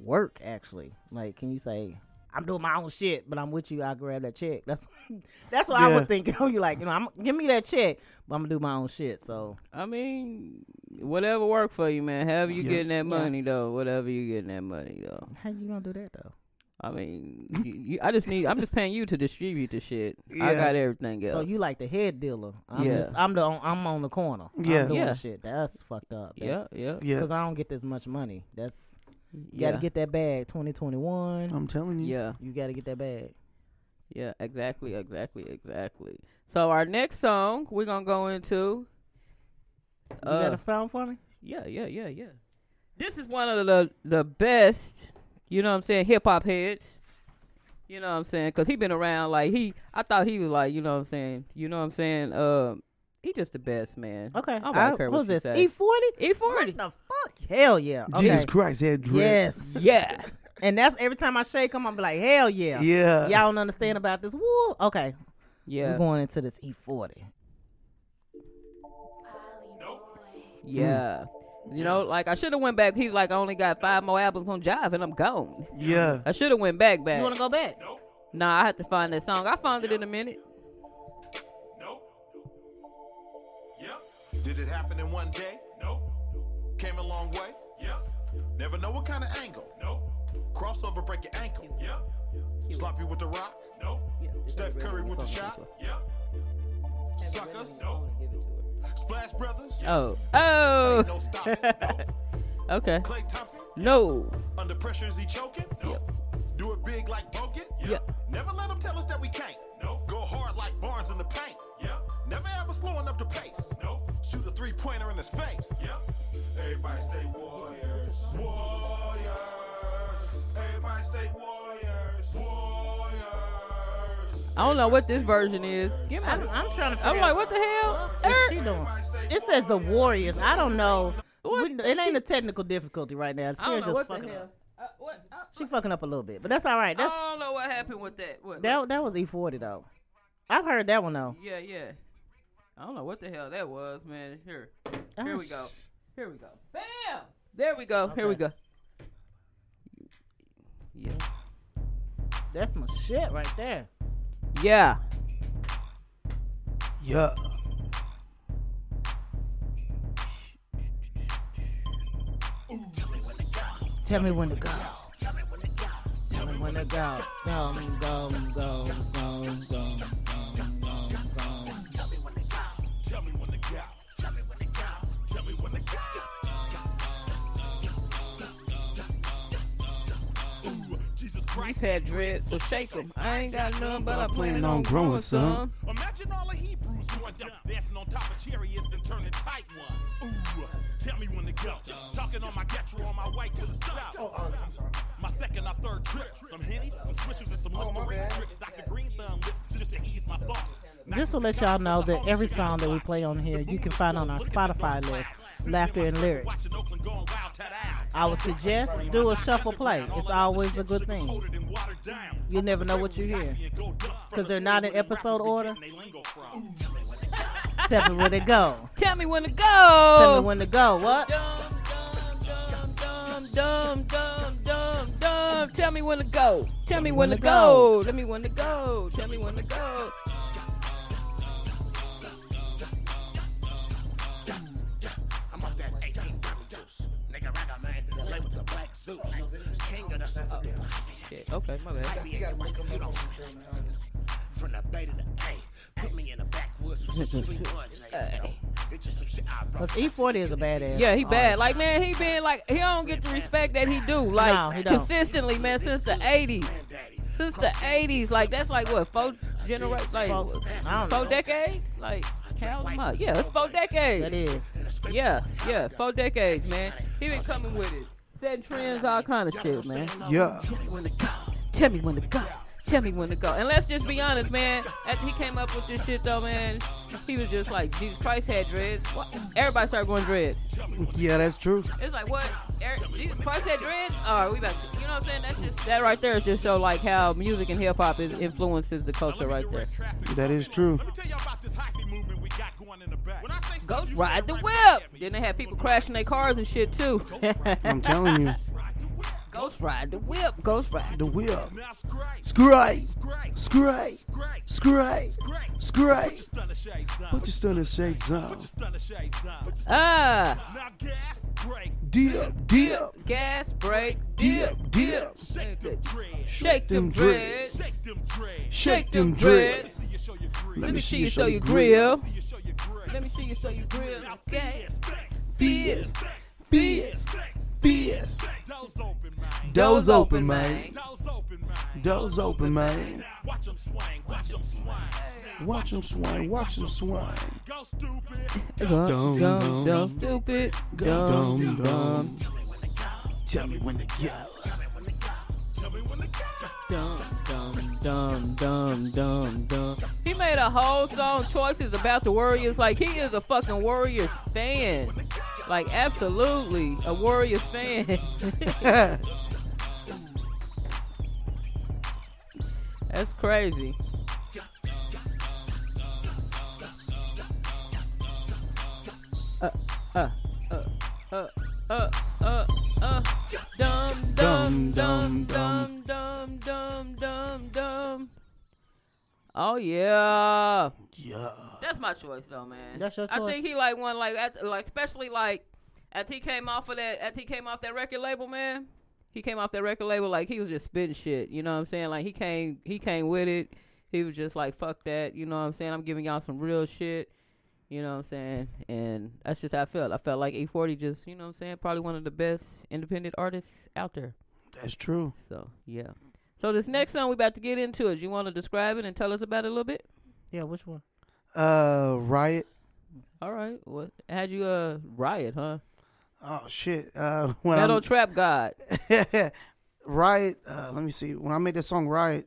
Speaker 2: work actually? Like, can you say I'm doing my own shit, but I'm with you. I grab that check. That's that's what I
Speaker 3: Yeah.
Speaker 2: would think. You know, you like, you know, I'm give me that check, but I'm gonna do my own shit. So
Speaker 1: I mean, whatever work for you, man. However you
Speaker 3: Yeah.
Speaker 1: getting that money though, whatever you getting that money though.
Speaker 2: how you gonna do that though?
Speaker 1: I mean, you, you, I just need. I'm just paying you to distribute the shit. I
Speaker 3: Yeah.
Speaker 1: got everything else.
Speaker 2: So you like the head dealer? I'm
Speaker 1: Yeah.
Speaker 2: just I'm the on, I'm on the corner.
Speaker 3: Yeah.
Speaker 2: I'm doing
Speaker 1: Yeah.
Speaker 2: shit. That's fucked up.
Speaker 1: yeah, yeah, yeah,
Speaker 3: yeah.
Speaker 2: Because I don't get this much money. That's you
Speaker 1: yeah,
Speaker 2: gotta get that bag. 2021.
Speaker 3: I'm telling you.
Speaker 1: yeah,
Speaker 2: You gotta get that bag.
Speaker 1: yeah. Exactly, exactly, exactly. So our next song we're gonna go into.
Speaker 2: You
Speaker 1: uh,
Speaker 2: got a sound for me?
Speaker 1: Yeah, yeah, yeah, yeah. This is one of the the best, you know what I'm saying, hip hop heads. You know what I'm saying? Cuz he been around like he I thought he was like, you know what I'm saying? You know what I'm saying? Um he just the best, man.
Speaker 2: Okay.
Speaker 1: I don't really care
Speaker 2: what
Speaker 1: what,
Speaker 2: was E this?
Speaker 1: you
Speaker 2: E40.
Speaker 1: say. E
Speaker 2: What
Speaker 1: E40.
Speaker 2: the fuck? Hell yeah. Okay.
Speaker 3: Jesus Christ had dreads.
Speaker 2: Yes.
Speaker 1: Yeah.
Speaker 2: and that's every time I shake him, I'm like, hell yeah.
Speaker 3: Yeah.
Speaker 2: Y'all don't understand about this wool. Okay. We're
Speaker 1: Yeah.
Speaker 2: going into this E E40.
Speaker 1: Yeah. You know, like I should have went back. He's like, I only got five more albums on Jive, and I'm gone.
Speaker 3: Yeah.
Speaker 1: I should have went back, back.
Speaker 2: You wanna go back?
Speaker 1: Nah, I have to find that song. I found it in a minute.
Speaker 4: Nope. Yep. Did it happen in one day? Nope. Came a long way? Yep. Never know what kind of angle? Nope. Crossover break your ankle? Yep. Slap you with the rock? Nope. Steph Curry with the shot? Yep. Suckers? Nope. Splash Brothers?
Speaker 1: Oh,
Speaker 4: Ain't no
Speaker 1: oh,
Speaker 4: stopping? Nope.
Speaker 1: okay.
Speaker 4: Clay Thompson?
Speaker 1: No,
Speaker 4: Under pressure is he choking? Nope. Do it big like Bogut?
Speaker 1: Yep.
Speaker 4: Never let them tell us that we can't. Nope. Go hard like Barnes in the paint. Yep. Never ever slowing up the pace. Nope. Shoot a three pointer in his face. Yep. Everybody say Warriors. Warriors. Everybody say Warriors. Warriors.
Speaker 1: I don't know what this version is. Give me.
Speaker 2: I'm, I'm trying to figure
Speaker 1: I'm like, what the hell? Er,
Speaker 2: What
Speaker 1: Eric?
Speaker 2: she doing? It says the Warriors. I don't know. We- it ain't a technical difficulty right now. She
Speaker 1: I don't know
Speaker 2: just
Speaker 1: what the
Speaker 2: fucking up.
Speaker 1: hell. Oh. Uh, what? I,
Speaker 2: She fucking up a little bit, but that's all right.
Speaker 1: I
Speaker 2: That's
Speaker 1: don't know what happened with that. What?
Speaker 2: that. That was E forty though. I've heard that one though.
Speaker 1: yeah, yeah. I don't know what the hell that was, man. Here, here
Speaker 2: Ah,
Speaker 1: we go. Here we go. Bam! There we go. Here we go.
Speaker 2: Okay.
Speaker 1: Yeah.
Speaker 2: That's my shit right there.
Speaker 1: Yeah.
Speaker 3: Yeah.
Speaker 2: Tell me when to go. Tell me when to go. Tell me when to go. Go, go, go, go, go, go, go.
Speaker 1: Christ had dread, so shake 'em. I ain't got none, but I plan
Speaker 3: Plan on
Speaker 1: on
Speaker 3: growing
Speaker 1: growing
Speaker 3: some.
Speaker 1: some.
Speaker 4: Imagine all the Hebrews going dumb, dancing on top of chariots and turning tight ones. Ooh, tell me when to go. Talking on my getro on my way to the stop.
Speaker 3: Oh, uh,
Speaker 4: My second or third trip, some henny, some swishers, and some
Speaker 3: Oh, my
Speaker 4: Listerine
Speaker 3: bad.
Speaker 4: strips. Dr. Green Thumb lips, just to ease my thoughts. Back
Speaker 2: Just to
Speaker 4: with
Speaker 2: let
Speaker 4: the
Speaker 2: y'all
Speaker 4: gospel,
Speaker 2: know
Speaker 4: the
Speaker 2: that
Speaker 4: whole
Speaker 2: every
Speaker 4: shit
Speaker 2: song that we
Speaker 4: got
Speaker 2: play on
Speaker 4: locked.
Speaker 2: here,
Speaker 4: The
Speaker 2: you can
Speaker 4: mood
Speaker 2: find
Speaker 4: was
Speaker 2: on our
Speaker 4: low, look at the
Speaker 2: Spotify
Speaker 4: phone
Speaker 2: list,
Speaker 4: flash. Sitting
Speaker 2: Laughter
Speaker 4: in my
Speaker 2: and
Speaker 4: circle,
Speaker 2: Lyrics.
Speaker 4: watching Oakland going wild, ta-da.
Speaker 2: I would suggest do a shuffle play. It's always a good thing. You never know what you hear.
Speaker 4: Because they're not in episode order.
Speaker 2: Tell me where to go.
Speaker 1: Tell me when to go.
Speaker 2: Tell me when to go. What?
Speaker 1: Dumb, dumb, dumb, dumb, dumb, dumb, dumb, dumb. Tell me when to go. Tell me when to go. Tell me when to go. Tell me when to go.
Speaker 4: I'm off that 18 gummy juice. Nigga, rock man. Play with the black suit. King of the super
Speaker 1: Shit. Okay, my bad.
Speaker 4: Might be a white you don't From the bay to the A. Put me in the backwoods with some sweet buddies. It's just some shit I brought.
Speaker 2: Cause E40 is a badass.
Speaker 1: Uh, Yeah, he bad. Like man, he been like he don't get the respect that he do. Like
Speaker 2: No, he don't.
Speaker 1: consistently, man, since the '80s. Since the '80s, like that's like what four generations, like
Speaker 2: Four- I don't
Speaker 1: four
Speaker 2: know.
Speaker 1: decades, like how much? Yeah, it's four decades.
Speaker 2: That is.
Speaker 1: Yeah, yeah, four decades, man. He been coming with it, setting trends, all kind of shit, man.
Speaker 3: Yeah.
Speaker 1: Tell me when to go. Tell me when to go. Tell me when to go. And let's just be honest, man. After he came up with this shit, though, man, he was just like, Jesus Christ had dreads. What? Everybody started going dreads.
Speaker 3: Yeah, that's true.
Speaker 1: It's like, what? Er- Jesus Christ had dreads? All right, we about to. You know what I'm saying? That's just, that right there is just show like how music and hip hop is influences the culture right there.
Speaker 3: That is true.
Speaker 4: Let me tell y'all about this hockey movement we got going in the back. When I say something,
Speaker 1: Ghost
Speaker 4: you say
Speaker 1: ride
Speaker 4: it
Speaker 1: the
Speaker 4: right back
Speaker 1: whip.
Speaker 4: at me.
Speaker 1: Then they had people crashing their cars and shit, too.
Speaker 3: I'm telling you.
Speaker 4: Ride the whip.
Speaker 1: Ghost ride the whip. Ghost ride.
Speaker 3: The wheel.
Speaker 4: Now scrape.
Speaker 3: Scry.
Speaker 4: Scrape.
Speaker 3: Scry.
Speaker 4: Scrape.
Speaker 3: Scry.
Speaker 4: Scrape. Put
Speaker 3: Scry.
Speaker 4: your stunner shades on.
Speaker 3: Put your stunner shades on.
Speaker 4: Put your stunner shades on. Put your
Speaker 1: Ah.
Speaker 4: now gas break.
Speaker 3: Dip. Dip.
Speaker 1: Gas, brake,
Speaker 3: Dip.
Speaker 1: dip,
Speaker 3: Dip.
Speaker 4: Shake them dreads.
Speaker 1: Shake them
Speaker 3: Them
Speaker 1: dreads.
Speaker 4: Shake them dreads.
Speaker 3: Shake them dreads.
Speaker 4: See you show your grid.
Speaker 1: Let me see you show
Speaker 3: your
Speaker 1: your
Speaker 3: grill.
Speaker 1: grill.
Speaker 4: See you show your grid.
Speaker 1: Let me see you show your grill.
Speaker 4: Now
Speaker 1: Okay.
Speaker 4: fierce, flex,
Speaker 3: Fierce.
Speaker 4: flex,
Speaker 3: Fierce.
Speaker 4: flex.
Speaker 3: Fierce.
Speaker 4: Doors open, man.
Speaker 3: Doors open, man.
Speaker 4: Doors
Speaker 3: Doors
Speaker 4: open, man.
Speaker 3: open, man.
Speaker 4: Now watch 'em swing. Watch 'em swing. Now
Speaker 3: Watch them swing. Watch them swing.
Speaker 4: Go stupid.
Speaker 1: Dumb,
Speaker 3: Dumb,
Speaker 1: dumb,
Speaker 3: dumb.
Speaker 1: dumb, stupid. Dumb.
Speaker 3: Dum dum. Tell me when to go.
Speaker 4: Tell me when to go.
Speaker 1: Dumb, dumb, dumb, dumb, dumb, dumb. He made a whole song choices about the Warriors. Like he is a fucking Warriors fan. Like absolutely a Warriors fan. That's crazy. Uh, uh, uh, uh, uh, uh, uh. Dum, dum, dum,
Speaker 3: Dum, dum,
Speaker 1: dum, dum, dum, dum, dum. Oh yeah,
Speaker 3: Yeah.
Speaker 1: that's my choice though, man.
Speaker 2: That's your
Speaker 1: I
Speaker 2: choice?
Speaker 1: think he like one like at, like especially like after he came off of that after he came off that record label, man. He came off that record label like he was just spitting shit. You know what I'm saying? Like he came he came with it. He was just like fuck that. You know what I'm saying? I'm giving y'all some real shit. You know what I'm saying? And that's just how I felt. I felt like E40 just you know what I'm saying probably one of the best independent artists out there.
Speaker 3: That's true.
Speaker 1: So yeah. So this next song we about to get into is you want to describe it and tell us about it a little bit?
Speaker 2: Yeah, which one?
Speaker 3: Uh, Riot.
Speaker 1: All right. What had you uh riot, huh?
Speaker 3: Oh shit. Uh, when
Speaker 1: Metal
Speaker 3: I'm-
Speaker 1: Trap God.
Speaker 3: Riot. Uh, let me see. When I made that song Riot,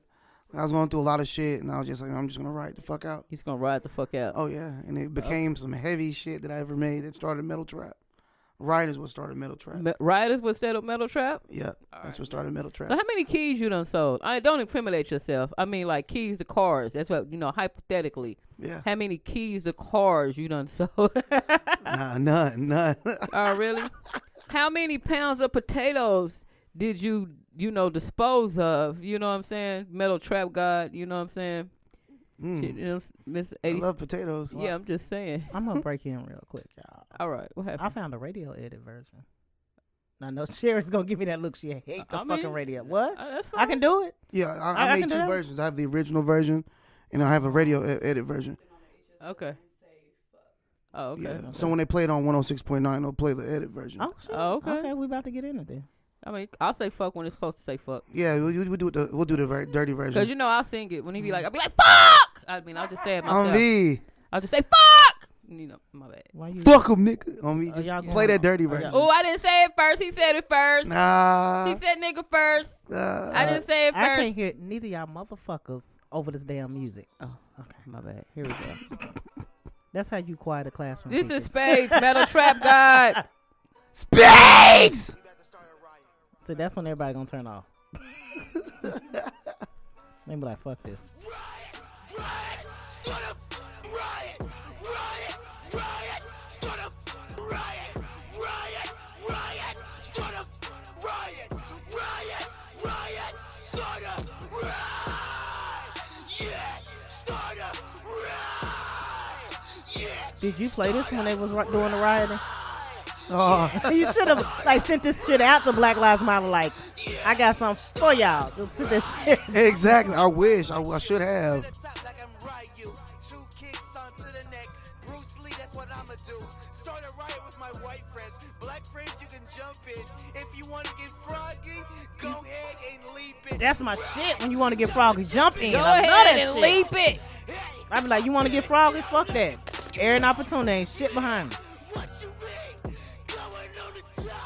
Speaker 3: I was going through a lot of shit, and I was just like, I'm just gonna riot the fuck out.
Speaker 1: He's gonna ride the fuck out.
Speaker 3: Oh yeah, and it became some heavy shit that I ever made that started metal trap. Riot is what started metal trap.
Speaker 1: Me- Rioters with Metal Metal Trap.
Speaker 3: yeah, that's what started metal trap.
Speaker 1: So how many keys you done sold? I don't incriminate yourself. I mean like keys to cars. That's what you know. Hypothetically,
Speaker 3: Yeah.
Speaker 1: how many keys to cars you done sold?
Speaker 3: Nah, none, none.
Speaker 1: Oh, really? How many pounds of potatoes did you, you know, dispose of? You know what I'm saying? Metal Trap God, you know what I'm saying? You
Speaker 3: Mm.
Speaker 1: know, Miss
Speaker 3: I
Speaker 1: 80.
Speaker 3: love potatoes.
Speaker 1: yeah, I'm just saying.
Speaker 2: I'm gonna break in real quick, y'all.
Speaker 1: All right, what
Speaker 2: I
Speaker 1: happened?
Speaker 2: found a radio edit version. I know Sharon's gonna give me that look. She hate the
Speaker 1: I
Speaker 2: fucking
Speaker 1: mean,
Speaker 2: radio. What?
Speaker 1: Uh, that's fine.
Speaker 2: I can do it.
Speaker 3: Yeah, I, I,
Speaker 2: I- I
Speaker 3: made
Speaker 2: can do
Speaker 3: two
Speaker 2: that.
Speaker 3: versions. I have the original version, and I have a radio e- edit version.
Speaker 1: Okay. Oh, okay.
Speaker 3: oh Yeah. So when they play it on 106.9, they'll play the edit version.
Speaker 2: Oh shit.
Speaker 1: Oh, okay.
Speaker 2: we about to get in it then.
Speaker 1: I mean, I'll say fuck when it's supposed to say fuck.
Speaker 3: Yeah, we will do the we'll do the ver- dirty version.
Speaker 1: Cause you know I'll sing it when he be like, I'll be like fuck. I mean, I'll just say it
Speaker 3: on
Speaker 1: myself.
Speaker 3: me,
Speaker 1: I'll just say fuck. You know, my bad.
Speaker 2: Why you?
Speaker 3: fuck him, nigga. On me,
Speaker 2: Oh,
Speaker 3: just
Speaker 2: y'all
Speaker 3: play
Speaker 2: going
Speaker 3: that
Speaker 2: on.
Speaker 3: dirty
Speaker 2: Oh, y'all-
Speaker 3: version.
Speaker 1: Oh, I didn't say it first. He said it first. He
Speaker 3: Nah,
Speaker 1: said nigga first.
Speaker 3: uh,
Speaker 1: I didn't say it first.
Speaker 2: I can't hear neither of y'all motherfuckers over this damn music. Oh, okay.
Speaker 1: My bad. Here we go.
Speaker 2: That's how you quiet a classroom.
Speaker 1: this
Speaker 2: teachers.
Speaker 1: is Spades Metal Trap God.
Speaker 3: spades.
Speaker 2: So that's when everybody gonna turn off. they be like, fuck this. Did you play this when they was ri- doing the rioting?
Speaker 3: Oh,
Speaker 2: You should have like sent this shit out to Black Lives Matter. Like, I got something for y'all. Just send this shit.
Speaker 3: exactly. I wish I, I should have.
Speaker 5: top like I'm Ryu. Two kicks onto the neck. Bruce Lee, that's what I'ma do. Start a riot with my white friends. Black friends, you can jump in. If you wanna get froggy, go ahead and leap it.
Speaker 2: That's my shit. When you want to get froggy, jump in.
Speaker 1: Go
Speaker 2: I love that
Speaker 1: ahead and
Speaker 2: shit.
Speaker 1: leap it.
Speaker 2: I be like, you want to get froggy? Fuck that. Air and opportunity ain't shit behind me.
Speaker 5: what you mean. Going on the top.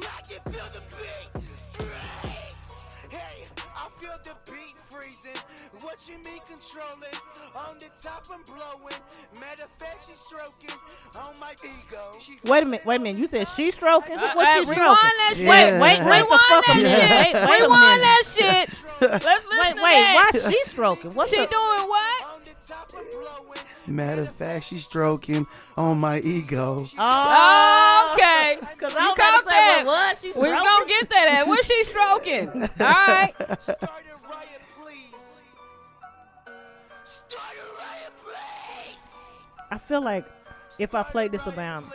Speaker 5: I can feel the beat. Freeze. Hey, I feel the beat freezing. What you mean controlling? On the top, I'm blowing. Matter of fact, she's stroking on my ego. She
Speaker 2: Wait a minute. Wait a minute. You said she stroking?
Speaker 1: Uh,
Speaker 2: What
Speaker 1: uh,
Speaker 2: she
Speaker 1: rewind
Speaker 2: stroking?
Speaker 1: that shit.
Speaker 2: Wait,
Speaker 3: Yeah.
Speaker 2: wait, wait
Speaker 1: Rewind
Speaker 2: the fuck a
Speaker 1: that
Speaker 2: minute.
Speaker 1: shit.
Speaker 2: Wait, wait a
Speaker 1: Rewind
Speaker 2: minute.
Speaker 1: that shit. Let's listen
Speaker 2: Wait,
Speaker 1: to
Speaker 2: wait. Why
Speaker 1: that.
Speaker 2: she stroking? What
Speaker 1: She
Speaker 2: the?
Speaker 1: doing what?
Speaker 5: on the top, I'm blowing.
Speaker 3: Matter of fact, she's stroking on my ego.
Speaker 2: Oh,
Speaker 1: okay.
Speaker 2: Cause
Speaker 1: You
Speaker 2: I
Speaker 1: caught
Speaker 2: was about to
Speaker 1: that.
Speaker 2: say, well, what? She
Speaker 1: We're
Speaker 2: stroking?
Speaker 1: gonna get that at. Where she stroking? All right.
Speaker 5: Start a riot, please. Start a riot, please.
Speaker 2: I feel like if I played this around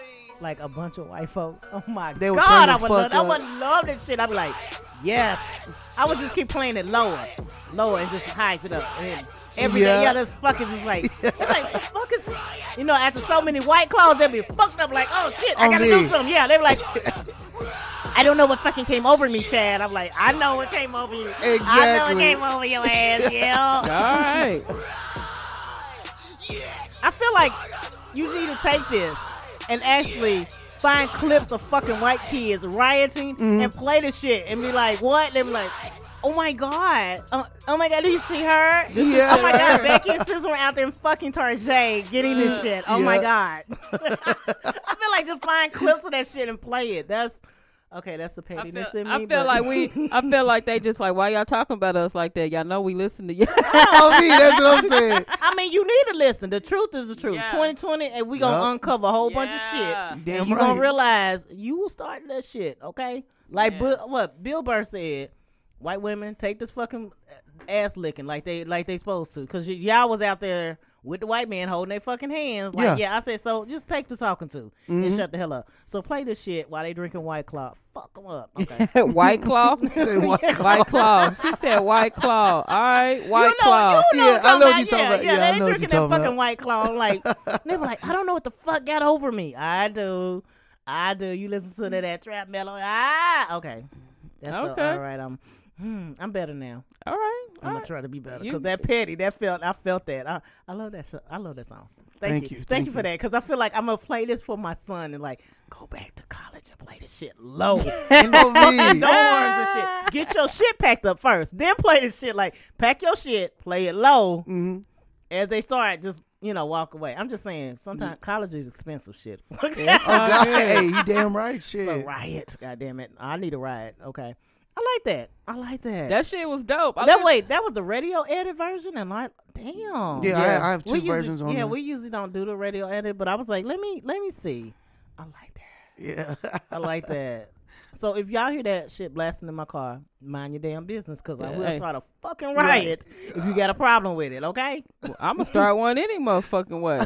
Speaker 2: like a bunch of white folks, oh my
Speaker 3: They would turn
Speaker 2: god,
Speaker 3: the
Speaker 2: I would love,
Speaker 3: fuck
Speaker 2: I
Speaker 3: up.
Speaker 2: would love that shit. I'd be like, yes. I would just keep playing it lower, lower, and just hype it up. And every day,
Speaker 3: Yeah.
Speaker 2: yeah, that's fucking just like, it's like the fuck is, you know, after so many white claws, they'd be fucked up. Like, oh shit, I
Speaker 3: On
Speaker 2: gotta
Speaker 3: me.
Speaker 2: do something. Yeah, they'd be like. I don't know what fucking came over me, Chad. I'm like, I know what came over you. I know
Speaker 3: Exactly.
Speaker 2: what came over your ass, yeah.
Speaker 1: All right.
Speaker 2: I feel like you need to take this and actually find clips of fucking white kids rioting and play the shit and be like, what? They be like, oh my god, oh, oh my god, do you see her?
Speaker 3: Yeah.
Speaker 2: Oh my god, Becky and Sizzle were out there in fucking Tarjay getting this shit. Oh my god. I feel like just find clips of that shit and play it. That's okay. That's the
Speaker 1: I
Speaker 2: pettiness
Speaker 1: feel,
Speaker 2: in me.
Speaker 1: I feel
Speaker 2: but-
Speaker 1: like we. I feel like they just like why y'all talking about us like that. Y'all know we listen to y'all.
Speaker 3: on me, that's what I'm saying.
Speaker 2: I mean, you need to listen. The truth is the truth.
Speaker 1: Yeah.
Speaker 2: 2020, and we gonna
Speaker 3: Yup.
Speaker 2: uncover a whole bunch of
Speaker 1: Yeah.
Speaker 2: shit.
Speaker 3: Damn
Speaker 2: and you
Speaker 3: right.
Speaker 2: gonna realize you will start that shit. Okay, like
Speaker 1: Yeah.
Speaker 2: Bu- what Bill Burr said, white women take this fucking ass licking like they like they supposed to, because y- y'all was out there with the white man holding their fucking hands. Like yeah,
Speaker 3: Yeah. Mm-hmm.
Speaker 2: I said so. Just take the talking to and shut the hell up. So play this shit while they drinking white claw. Fuck them up. Okay.
Speaker 1: White claw.
Speaker 3: Say what?
Speaker 1: White claw. He said white claw. All right. White
Speaker 2: you know,
Speaker 1: claw.
Speaker 2: You know
Speaker 3: Yeah, I know
Speaker 2: what
Speaker 3: what
Speaker 2: I'm talking
Speaker 3: you're
Speaker 2: about.
Speaker 3: talking about.
Speaker 2: Yeah,
Speaker 3: Yeah, I
Speaker 2: they
Speaker 3: know what
Speaker 2: drinking
Speaker 3: you're
Speaker 2: that
Speaker 3: talking
Speaker 2: fucking
Speaker 3: about.
Speaker 2: white claw. I'm Like they were like, I don't know what the fuck got over me. I do, I do. You listen to that trap mellow. Ah, okay. That's
Speaker 1: Okay.
Speaker 2: A, all right. I'm, hmm, I'm better now.
Speaker 1: All right. all
Speaker 2: I'm gonna
Speaker 1: right.
Speaker 2: try to be better
Speaker 1: You-
Speaker 2: because that petty, that felt, I felt that. I, I love that. Show. I love that song. Thank,
Speaker 3: Thank
Speaker 2: you.
Speaker 3: you,
Speaker 2: Thank,
Speaker 3: thank
Speaker 2: you for
Speaker 3: you.
Speaker 2: that because I feel like I'm gonna play this for my son and like go back to college and play this shit low and no
Speaker 3: On me.
Speaker 2: dorms and shit. Get your shit packed up first, then play this shit. Like pack your shit, play it low.
Speaker 3: Mm-hmm.
Speaker 2: As they start, just you know, walk away. I'm just saying,
Speaker 3: Mm-hmm.
Speaker 2: sometimes college is expensive shit.
Speaker 3: Oh, God. Hey, you damn right, shit.
Speaker 2: a riot, God damn it! I need a riot. Okay, I like that. I like that.
Speaker 1: That shit was dope. I
Speaker 2: that
Speaker 1: li-
Speaker 2: wait, that was the radio edit version, and like, damn.
Speaker 3: Yeah, I, I have two
Speaker 2: We usually-
Speaker 3: versions on
Speaker 2: Yeah,
Speaker 3: there.
Speaker 2: we usually don't do the radio edit, but I was like, let me let me see. I like that.
Speaker 3: yeah.
Speaker 2: I like that. So if y'all hear that shit blasting in my car, mind your damn business, cause I
Speaker 1: Yeah,
Speaker 2: will
Speaker 1: hey.
Speaker 2: start a fucking riot if you got a problem with it. Okay?
Speaker 1: I'm gonna start one any motherfucking way.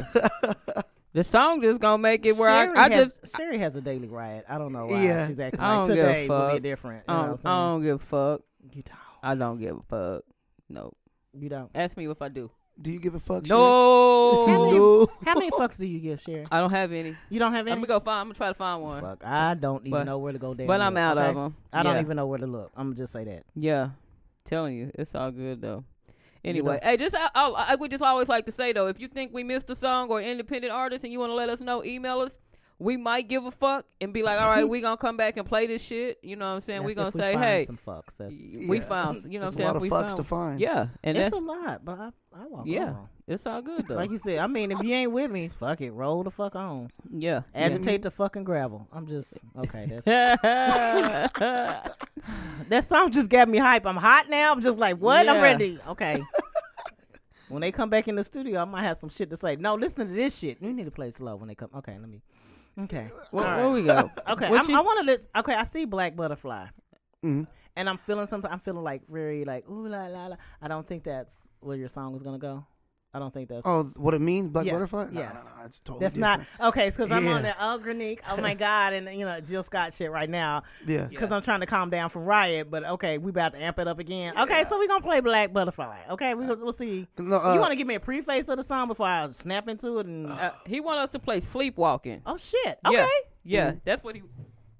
Speaker 1: the song just gonna make it where
Speaker 2: Sherry
Speaker 1: I, I
Speaker 2: has,
Speaker 1: just
Speaker 2: Sherry has a daily riot. I don't know why
Speaker 3: Yeah.
Speaker 2: she's acting
Speaker 1: I
Speaker 2: like
Speaker 1: don't give a
Speaker 2: today will be
Speaker 1: fuck.
Speaker 2: different. You
Speaker 1: um, I
Speaker 2: know
Speaker 1: don't,
Speaker 2: what I'm
Speaker 1: I don't give a fuck.
Speaker 2: saying? You don't.
Speaker 1: I don't give a fuck. No.
Speaker 2: You don't.
Speaker 1: Ask me if I do.
Speaker 3: Do you give a fuck? Sherry?
Speaker 1: No,
Speaker 2: No. How many fucks do you give, Sherry?
Speaker 1: I don't have any.
Speaker 2: You don't have
Speaker 1: I'm
Speaker 2: any.
Speaker 1: gonna go find. I'm gonna try to find one.
Speaker 2: Fuck, I don't even
Speaker 1: But-
Speaker 2: know where to go. Damn
Speaker 1: but I'm
Speaker 2: look,
Speaker 1: out
Speaker 2: okay?
Speaker 1: of them.
Speaker 2: I don't even know where to look. I'm gonna just say that.
Speaker 1: Yeah, telling you, it's all good though. Anyway, hey, just I, I, I we just always like to say though, if you think we missed a song or independent artist and you want to let us know, email us. We might give a fuck and be like, all right, we gonna come back and play this shit. You know what I'm saying? we gonna
Speaker 2: That's if we
Speaker 1: say,
Speaker 2: find
Speaker 1: hey,
Speaker 2: some fucks. That's,
Speaker 1: we
Speaker 3: Yeah.
Speaker 1: found. You know what I'm
Speaker 3: It's a
Speaker 1: saying?
Speaker 3: lot of
Speaker 1: we
Speaker 3: fucks
Speaker 1: found.
Speaker 3: to find.
Speaker 1: Yeah, and
Speaker 2: it's
Speaker 1: that's
Speaker 2: a lot, but I, I walk
Speaker 1: yeah,
Speaker 2: on.
Speaker 1: it's all good though.
Speaker 2: Like you said, I mean, if you ain't with me, fuck it, roll the fuck on,
Speaker 1: yeah,
Speaker 2: agitate the fucking gravel. I'm just okay. That's
Speaker 1: yeah.
Speaker 2: That song just got me hype. I'm hot now. I'm just like, what?
Speaker 1: Yeah.
Speaker 2: I'm ready. Okay. when they come back in the studio, I might have some shit to say. No, listen to this shit. You need to play slow when they come. Okay, let me. Okay.
Speaker 1: Where,
Speaker 2: All
Speaker 1: where
Speaker 2: right.
Speaker 1: we go?
Speaker 2: Okay.
Speaker 1: What
Speaker 2: I'm,
Speaker 1: you- Mm-hmm.
Speaker 2: I want to listen. Okay, I see Black Butterfly,
Speaker 3: Mhm.
Speaker 2: and I'm feeling something. I'm feeling like very like ooh la la la. I don't think that's where your song is gonna go. I don't think that's.
Speaker 3: Oh, what it means, black
Speaker 2: Yeah.
Speaker 3: butterfly? No,
Speaker 2: Yes.
Speaker 3: no, no, it's totally
Speaker 2: That's
Speaker 3: different.
Speaker 2: not okay. It's because I'm on
Speaker 3: Yeah.
Speaker 2: that oh Granique, oh my god, and you know Jill Scott shit right now.
Speaker 3: Yeah.
Speaker 2: because I'm trying to calm down from Riot. But okay, we about to amp it up again. Okay, so we gonna play Black Butterfly. Okay, we gonna, we'll see.
Speaker 3: No, uh,
Speaker 2: you want to give me a preface of the song before I snap into it? And
Speaker 1: Uh, he want us to play Sleepwalking.
Speaker 2: oh shit, okay, Mm-hmm.
Speaker 1: Yeah, yeah. That's what he.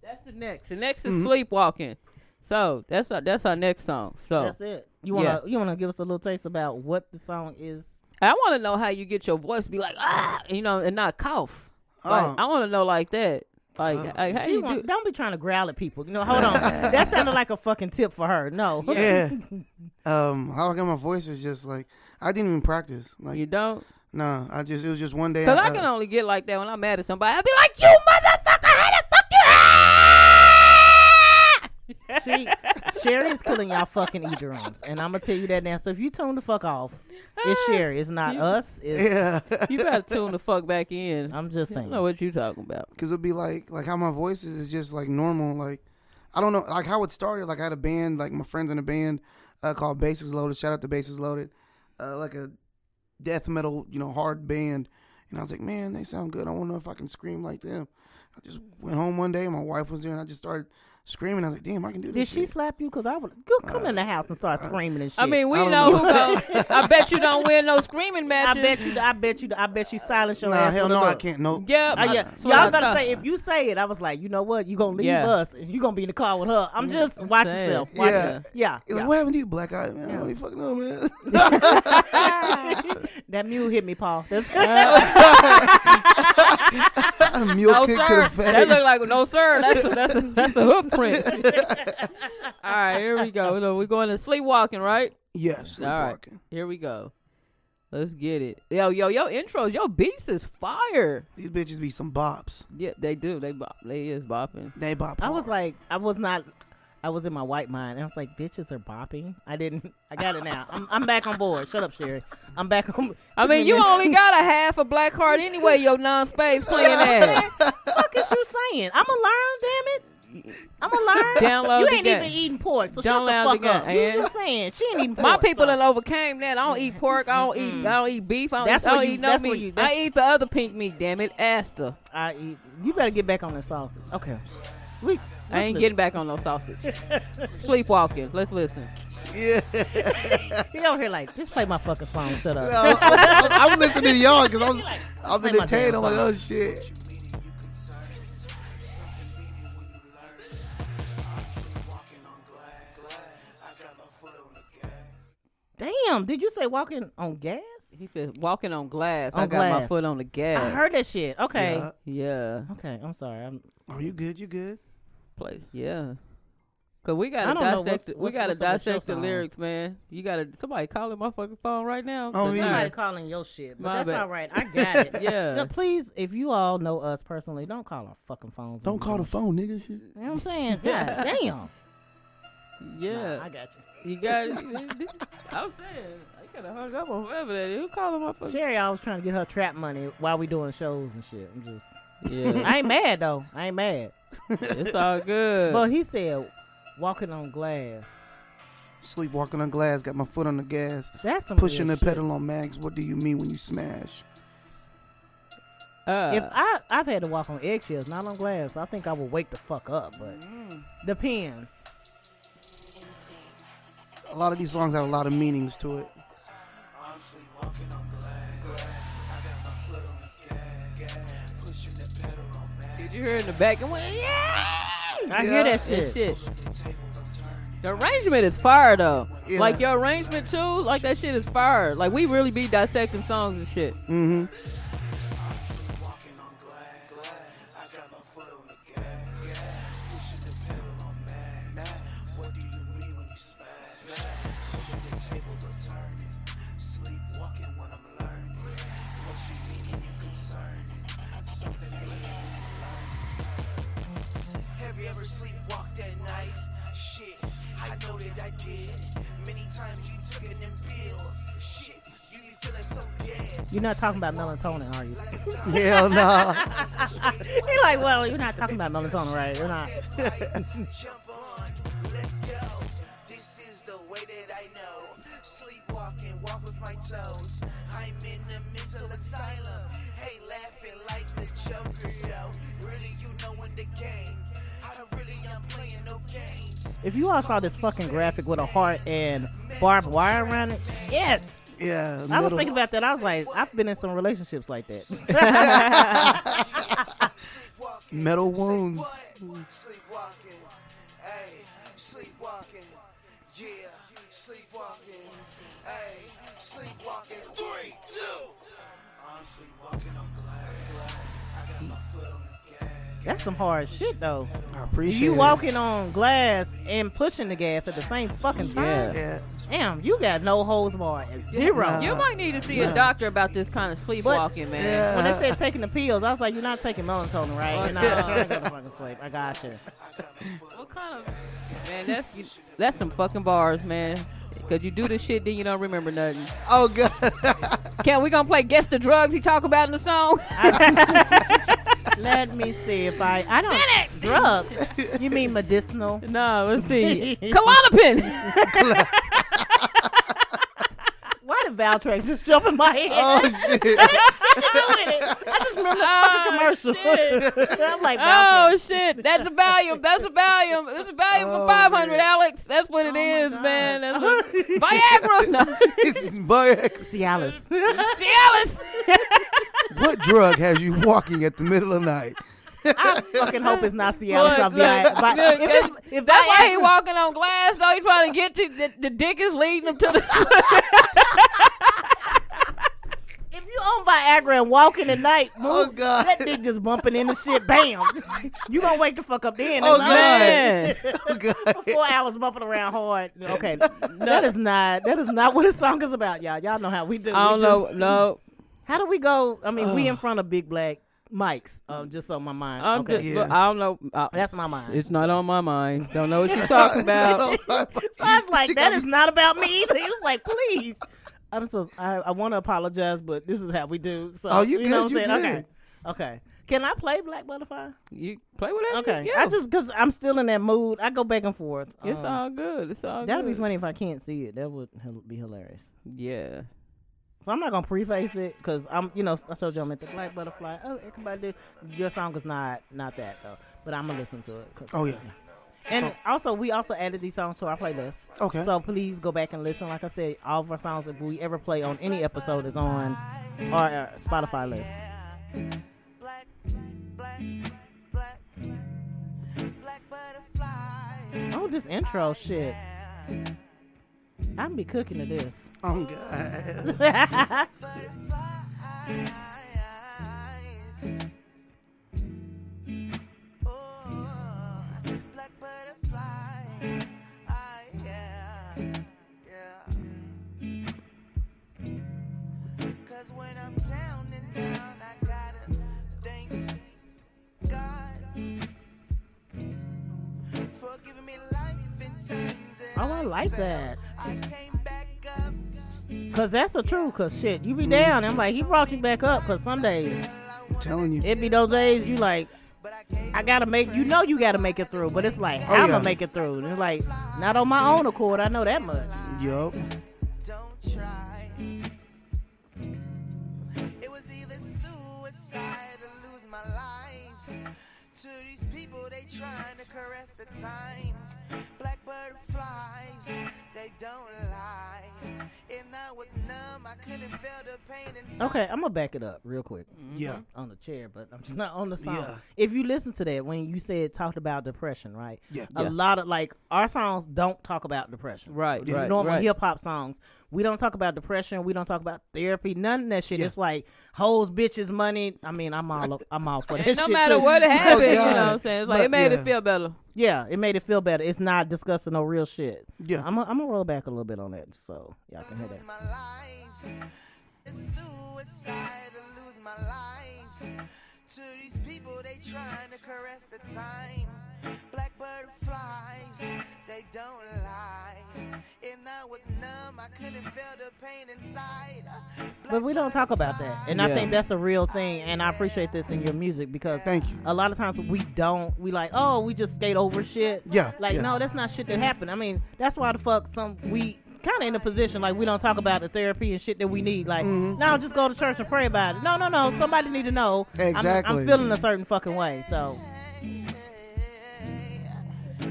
Speaker 1: That's the next. The next is sleepwalking. So that's our that's our next song. So
Speaker 2: that's it. You wanna you wanna give us a little taste about what the song is?
Speaker 1: I want to know how you get your voice be like ah, you know, and not cough. Like,
Speaker 3: Oh.
Speaker 1: I want to know like that. Like, like how
Speaker 2: Oh. She
Speaker 1: you
Speaker 2: want,
Speaker 1: do?
Speaker 2: don't be trying to growl at people. No, hold on. that sounded like a fucking tip for her. No,
Speaker 3: yeah. um, how I got my voice is just like I didn't even practice. Like
Speaker 1: You don't?
Speaker 3: nah, I just it was just one day.
Speaker 1: Cause I
Speaker 3: uh,
Speaker 1: can only get like that when I'm mad at somebody. I'll be like, you motherfucker, how the fuck you? Ah!
Speaker 2: she Sherry is killing y'all fucking eardrums, and I'm gonna tell you that now. So if you tune the fuck off, it's Sherry. It's not us. It's,
Speaker 3: Yeah,
Speaker 1: You gotta tune the fuck back in. I
Speaker 2: I'm just
Speaker 1: don't
Speaker 2: saying.
Speaker 1: know what you talking about.
Speaker 3: because it'd be like like how my voice is is just like normal. Like I don't know, like how it started. Like I had a band, like my friends in a band uh, called Basics Loaded. Shout out to Basics Loaded, uh, like a death metal, you know, hard band. And I was like, man, they sound good. I want to know if I can scream like them. I just went home one day, my wife was there, and I just started screaming. I was like, damn, I can do this.
Speaker 2: Did she
Speaker 3: shit.
Speaker 2: slap you? Cause I would you come
Speaker 3: Uh,
Speaker 2: in the house and start screaming and shit.
Speaker 1: I mean, we
Speaker 3: I don't
Speaker 1: know
Speaker 3: know.
Speaker 1: who go. I bet you don't win no screaming
Speaker 2: I
Speaker 1: matches.
Speaker 2: bet you, I bet you, I bet you silence your
Speaker 3: Nah,
Speaker 2: ass.
Speaker 3: hell
Speaker 2: with a
Speaker 3: no, I
Speaker 2: look.
Speaker 3: can't. Nope.
Speaker 1: Yep.
Speaker 2: Oh, yeah,
Speaker 1: That's what I
Speaker 2: y'all gotta
Speaker 1: thought.
Speaker 2: say if you say it, I was like, you know what, you gonna leave
Speaker 1: Yeah.
Speaker 2: us, and you gonna be in the car with her. I'm just watch
Speaker 1: saying.
Speaker 2: yourself. Watch
Speaker 3: Yeah.
Speaker 2: yourself. yeah,
Speaker 3: He's
Speaker 2: yeah.
Speaker 3: like, what happened to you, black eye man? I don't even fucking know, man.
Speaker 2: that mule hit me, Paul. That's
Speaker 3: A mule
Speaker 1: no,
Speaker 3: kick
Speaker 1: sir.
Speaker 3: to the face.
Speaker 1: That look like no, sir. That's a, that's a, that's a hoof print. All right, here we go. Look, We're going to sleepwalking, right?
Speaker 3: yes,
Speaker 1: All right,
Speaker 3: sleepwalking.
Speaker 1: here we go. Let's get it. Yo, yo, yo, intros. Yo, beats is fire.
Speaker 3: These bitches be some bops.
Speaker 1: Yeah, they do. They bop. They is bopping.
Speaker 3: They bop.
Speaker 2: I was
Speaker 3: hard.
Speaker 2: like, I was not. I was in my white mind, and I was like, "Bitches are bopping." I didn't. I got it now. I'm, I'm back on board. Shut up, Sherry. I'm back on.
Speaker 1: I
Speaker 2: Took me a
Speaker 1: mean, you
Speaker 2: minute.
Speaker 1: only got a half a black heart anyway, yo non-space playing ass.
Speaker 2: fuck is you saying? I'm gonna learn, damn it. I'm gonna learn.
Speaker 1: Download
Speaker 2: you
Speaker 1: the
Speaker 2: ain't
Speaker 1: gun.
Speaker 2: even eating pork, so
Speaker 1: Download the
Speaker 2: shut the fuck
Speaker 1: gun,
Speaker 2: up. You
Speaker 1: and-
Speaker 2: just saying she ain't eating pork.
Speaker 1: My people
Speaker 2: so.
Speaker 1: that overcame that. I don't eat pork. I don't eat. I don't eat beef. I don't,
Speaker 2: That's
Speaker 1: eat, I don't
Speaker 2: where you-
Speaker 1: eat no
Speaker 2: that's where
Speaker 1: meat.
Speaker 2: you-
Speaker 1: I
Speaker 2: that's-
Speaker 1: eat the other pink meat. Damn it, Asta.
Speaker 2: I eat. You better get back on the sausage. Okay. We.
Speaker 1: I ain't getting back on no sausage. Sleepwalking. Let's listen.
Speaker 3: yeah.
Speaker 2: He over here like just play my fucking song. Shut up.
Speaker 3: I was, I was- I was listening to y'all because I was, I'm
Speaker 2: play my
Speaker 3: entertained. I'm
Speaker 2: damn
Speaker 3: like, oh shit.
Speaker 2: Damn. Did you say walking on gas?
Speaker 1: He said, "Walking on glass." I
Speaker 2: On
Speaker 1: got my
Speaker 2: glass.
Speaker 1: foot on the gas.
Speaker 2: I heard that shit. Okay.
Speaker 1: yeah,
Speaker 3: Yeah.
Speaker 2: Okay. I'm sorry. I'm,
Speaker 3: Are you good? You good?
Speaker 1: play. Yeah, cause we
Speaker 2: I
Speaker 1: gotta
Speaker 2: don't know
Speaker 1: dissect.
Speaker 2: what's-
Speaker 1: the- we
Speaker 2: what's-
Speaker 1: gotta
Speaker 2: what's up with your
Speaker 1: dissect the
Speaker 2: song?
Speaker 1: lyrics, man. You gotta somebody calling my fucking phone right now.
Speaker 3: Oh,
Speaker 1: Cause
Speaker 3: yeah.
Speaker 1: I-
Speaker 2: Somebody calling your shit, but
Speaker 1: My
Speaker 2: that's
Speaker 1: bad.
Speaker 2: all right. I got it.
Speaker 1: Yeah.
Speaker 2: No, please, if you all know us personally, don't call our fucking phones.
Speaker 3: Don't call the phone, nigga. Shit.
Speaker 2: You know what I'm saying? God damn.
Speaker 1: yeah.
Speaker 2: Nah, I got you.
Speaker 1: you got. I'm saying I gotta hung up on whoever that is. Who calling my fucking?
Speaker 2: Sherry, I was trying to get her trap money while we doing shows and shit. I'm just,
Speaker 1: Yeah,
Speaker 2: I ain't mad though. I ain't mad.
Speaker 1: it's all good.
Speaker 2: But he said, walking on glass.
Speaker 3: Sleepwalking on glass. Got my foot on the gas.
Speaker 2: That's some
Speaker 3: Pushing the
Speaker 2: weird shit.
Speaker 3: pedal on max. What do you mean when you smash?
Speaker 1: Uh,
Speaker 2: If I, I've had to walk on eggshells, not on glass. I think I would wake the fuck up, but
Speaker 3: Mm.
Speaker 2: depends.
Speaker 3: A lot of these songs have a lot of meanings to it.
Speaker 5: I'm sleepwalking Walking on glass. I got my foot on the gas. Pushing the pedal on max.
Speaker 1: Did you hear in the back? And went, yeah! I hear that shit. shit. The arrangement is fire though.
Speaker 3: Yeah.
Speaker 1: Like your arrangement too. Like that shit is fire. Like we really be dissecting songs and shit.
Speaker 5: Walking on glass. I got my foot on the gas. Pushing the pedal on max. What do you mean when you smash? Pushing the tables are turning. Sleepwalking when I'm learning. What you mean when you concerning? Something you Have you ever sleepwalked at night? Shit, I know that I did. Many times you took them pills. Shit, you be feeling so dead.
Speaker 2: You're not talking about melatonin, are you?
Speaker 3: Hell no.
Speaker 2: He like, well, you're not talking about melatonin, right? You're not.
Speaker 5: Jump on, let's go. This is the way that I know. Sleepwalking, walk with my toes. I'm in the mental asylum. Hey, laughing like the Joker, yo. Really, you know in the game. I really am playing no games.
Speaker 2: If you all saw this fucking graphic with a heart and barbed wire around it, yes.
Speaker 3: Yeah.
Speaker 2: I was
Speaker 3: middle.
Speaker 2: thinking about that. I was like, I've been in some relationships like that.
Speaker 5: Sleepwalking.
Speaker 3: metal wounds.
Speaker 5: What? Sleepwalking. Hey, sleepwalking. Yeah, sleepwalking. Hey, sleepwalking. Three, two. I'm sleepwalking on glass. I got my foot on the gas.
Speaker 2: That's some hard shit, though.
Speaker 3: I appreciate
Speaker 2: You
Speaker 3: it.
Speaker 2: walking on glass and pushing the gas at the same fucking time.
Speaker 3: Yeah.
Speaker 2: Damn, you got no holes bar at zero.
Speaker 3: Nah.
Speaker 1: You might need to see a doctor about this kind of sleepwalking, man.
Speaker 3: Yeah.
Speaker 2: When they said taking the pills, I was like, you're not taking melatonin, right?
Speaker 1: Oh,
Speaker 2: and I was
Speaker 1: no.
Speaker 2: trying to go to fucking sleep. I gotcha.
Speaker 1: What kind of man? That's you, that's some fucking bars, man. Cause you do this shit, then you don't remember nothing.
Speaker 3: Oh god.
Speaker 1: Can we gonna play guess the drugs he talk about in the song?
Speaker 2: Let me see if I. I don't. Drugs. You mean medicinal?
Speaker 1: no, let's see. Klonopin.
Speaker 2: Why did Valtrex just jump in my head?
Speaker 3: Oh shit.
Speaker 2: I just remember the
Speaker 1: Oh,
Speaker 2: fucking commercial. I'm like, Valtrex.
Speaker 1: oh shit, that's a Valium. That's a Valium. That's a Valium
Speaker 3: Oh,
Speaker 1: for five hundred,
Speaker 3: man.
Speaker 1: Alex. That's what it is, man. That's what, Viagra. Oh, No.
Speaker 3: this is Boyax.
Speaker 2: Cialis.
Speaker 1: Cialis.
Speaker 3: What drug has you walking at the middle of night?
Speaker 2: I fucking hope it's not Cialis.
Speaker 1: Look,
Speaker 2: I'll be like,
Speaker 1: look, look,
Speaker 2: if, it's, if
Speaker 1: That's why
Speaker 2: Viagra-
Speaker 1: he walking on glass. Though he trying to get to the, the dick is leading him to the.
Speaker 2: If you own Viagra and walking at night, move,
Speaker 3: Oh, God.
Speaker 2: that dick just bumping in the shit, bam. you gonna wake the fuck up then.
Speaker 3: Oh,
Speaker 2: Like,
Speaker 1: Man.
Speaker 3: Oh god.
Speaker 2: Four hours bumping around hard. Okay, that is not that is not what this song is about, y'all. Y'all know how we do.
Speaker 1: I
Speaker 2: We
Speaker 1: don't
Speaker 2: just-
Speaker 1: know. No,
Speaker 2: How do we go? I mean, we in front of big black mics. Um, just on my mind.
Speaker 1: I'm
Speaker 2: okay,
Speaker 1: just.
Speaker 3: Yeah.
Speaker 1: I don't know. I-
Speaker 2: that's my mind.
Speaker 1: It's not on my mind. Don't know what you're talking
Speaker 3: Oh,
Speaker 1: about.
Speaker 2: I was like, that is not about me either. He was like, please. I'm so I, I want to apologize, but this is how we do. So
Speaker 3: Oh, you
Speaker 2: you know what I'm
Speaker 3: good,
Speaker 2: saying?
Speaker 3: you
Speaker 2: Okay, okay. Can I play Black Butterfly?
Speaker 1: You play whatever. you-
Speaker 2: Okay,
Speaker 1: Yeah.
Speaker 2: I just because I'm still in that mood. I go back and forth.
Speaker 1: It's
Speaker 2: Um,
Speaker 1: all good. It's all
Speaker 2: That'd
Speaker 1: Oh, good.
Speaker 2: be funny if I can't see it. That would hel- be hilarious.
Speaker 1: Yeah.
Speaker 2: So I'm not gonna preface it because I'm, you know, I told you I'm at the Black Butterfly. Oh, everybody, do. your song is not not that though, but I'm gonna listen to it. 'cause-
Speaker 3: Oh yeah.
Speaker 2: And also, we also added these songs to our playlist.
Speaker 3: Okay.
Speaker 2: So please go back and listen. Like I said, all of our songs that we ever play on any episode is on our uh, Spotify list.
Speaker 5: Black, black, black, black butterflies.
Speaker 2: Oh, this intro shit. I'm be cooking to this.
Speaker 3: Oh god.
Speaker 5: Butterflies. Oh, black butterflies. Ah, yeah, yeah. Cause when I'm down and down, I gotta thank God for giving me life in times that
Speaker 2: Oh, I like that.
Speaker 5: I came back up.
Speaker 2: Cause that's the truth. Cause shit, you be down. I'm like, he brought you back up. Cause some days
Speaker 3: I'm telling you.
Speaker 2: it be those days you like, I gotta make. You know, you gotta make it through. But it's like,
Speaker 3: Oh,
Speaker 2: I'm
Speaker 3: yeah.
Speaker 2: gonna make it through. And it's like, not on my own accord. I know that much.
Speaker 3: Yup.
Speaker 5: Don't try. It was either suicide or lose my life. To these people, they trying to caress the time. Black butterflies, they don't lie. And I I was numb, I couldn't feel the pain inside.
Speaker 2: Okay, I'm gonna back it up real quick
Speaker 1: Mm-hmm.
Speaker 3: Yeah.
Speaker 2: on the chair, but I'm just not on the song.
Speaker 3: Yeah.
Speaker 2: If you listen to that when you said talked about depression, right?
Speaker 3: Yeah.
Speaker 2: A lot of like our songs don't talk about depression.
Speaker 1: Right,
Speaker 2: The
Speaker 1: right,
Speaker 2: normal
Speaker 1: right.
Speaker 2: hip hop songs. We don't talk about depression. We don't talk about therapy. None of that shit.
Speaker 3: Yeah.
Speaker 2: It's like hoes, bitches, money. I mean, I'm all I'm all for that
Speaker 1: And
Speaker 2: shit.
Speaker 1: no matter
Speaker 2: too. Oh,
Speaker 1: what happened, you know
Speaker 3: God.
Speaker 1: what I'm saying? It's like
Speaker 2: But-
Speaker 1: it made
Speaker 3: yeah.
Speaker 1: it feel better.
Speaker 2: Yeah, it made it feel better. It's not discussing no real shit.
Speaker 3: Yeah.
Speaker 2: I'm gonna roll back a little bit on that so y'all can hear
Speaker 5: lose
Speaker 2: that.
Speaker 5: my life. It's suicide to lose my life. To these people, they trying to caress the time. Black butterflies, they don't lie. And I was numb, I couldn't feel the pain inside.
Speaker 2: But we don't talk about that, and I
Speaker 1: Yeah.
Speaker 2: think that's a real thing. And I appreciate this in your music because
Speaker 3: Thank you.
Speaker 2: a lot of times we don't. We like, oh, we just skate over shit.
Speaker 3: Yeah,
Speaker 2: Like,
Speaker 3: yeah.
Speaker 2: no, that's not shit that happened. I mean, that's why the fuck some we kind of in a position like we don't talk about the therapy and shit that we need. Like,
Speaker 3: Mm-hmm.
Speaker 2: no, just go to church and pray about it. No, no, no. Somebody need to know. I'm- I'm,
Speaker 3: Exactly.
Speaker 2: feeling a certain fucking way. So,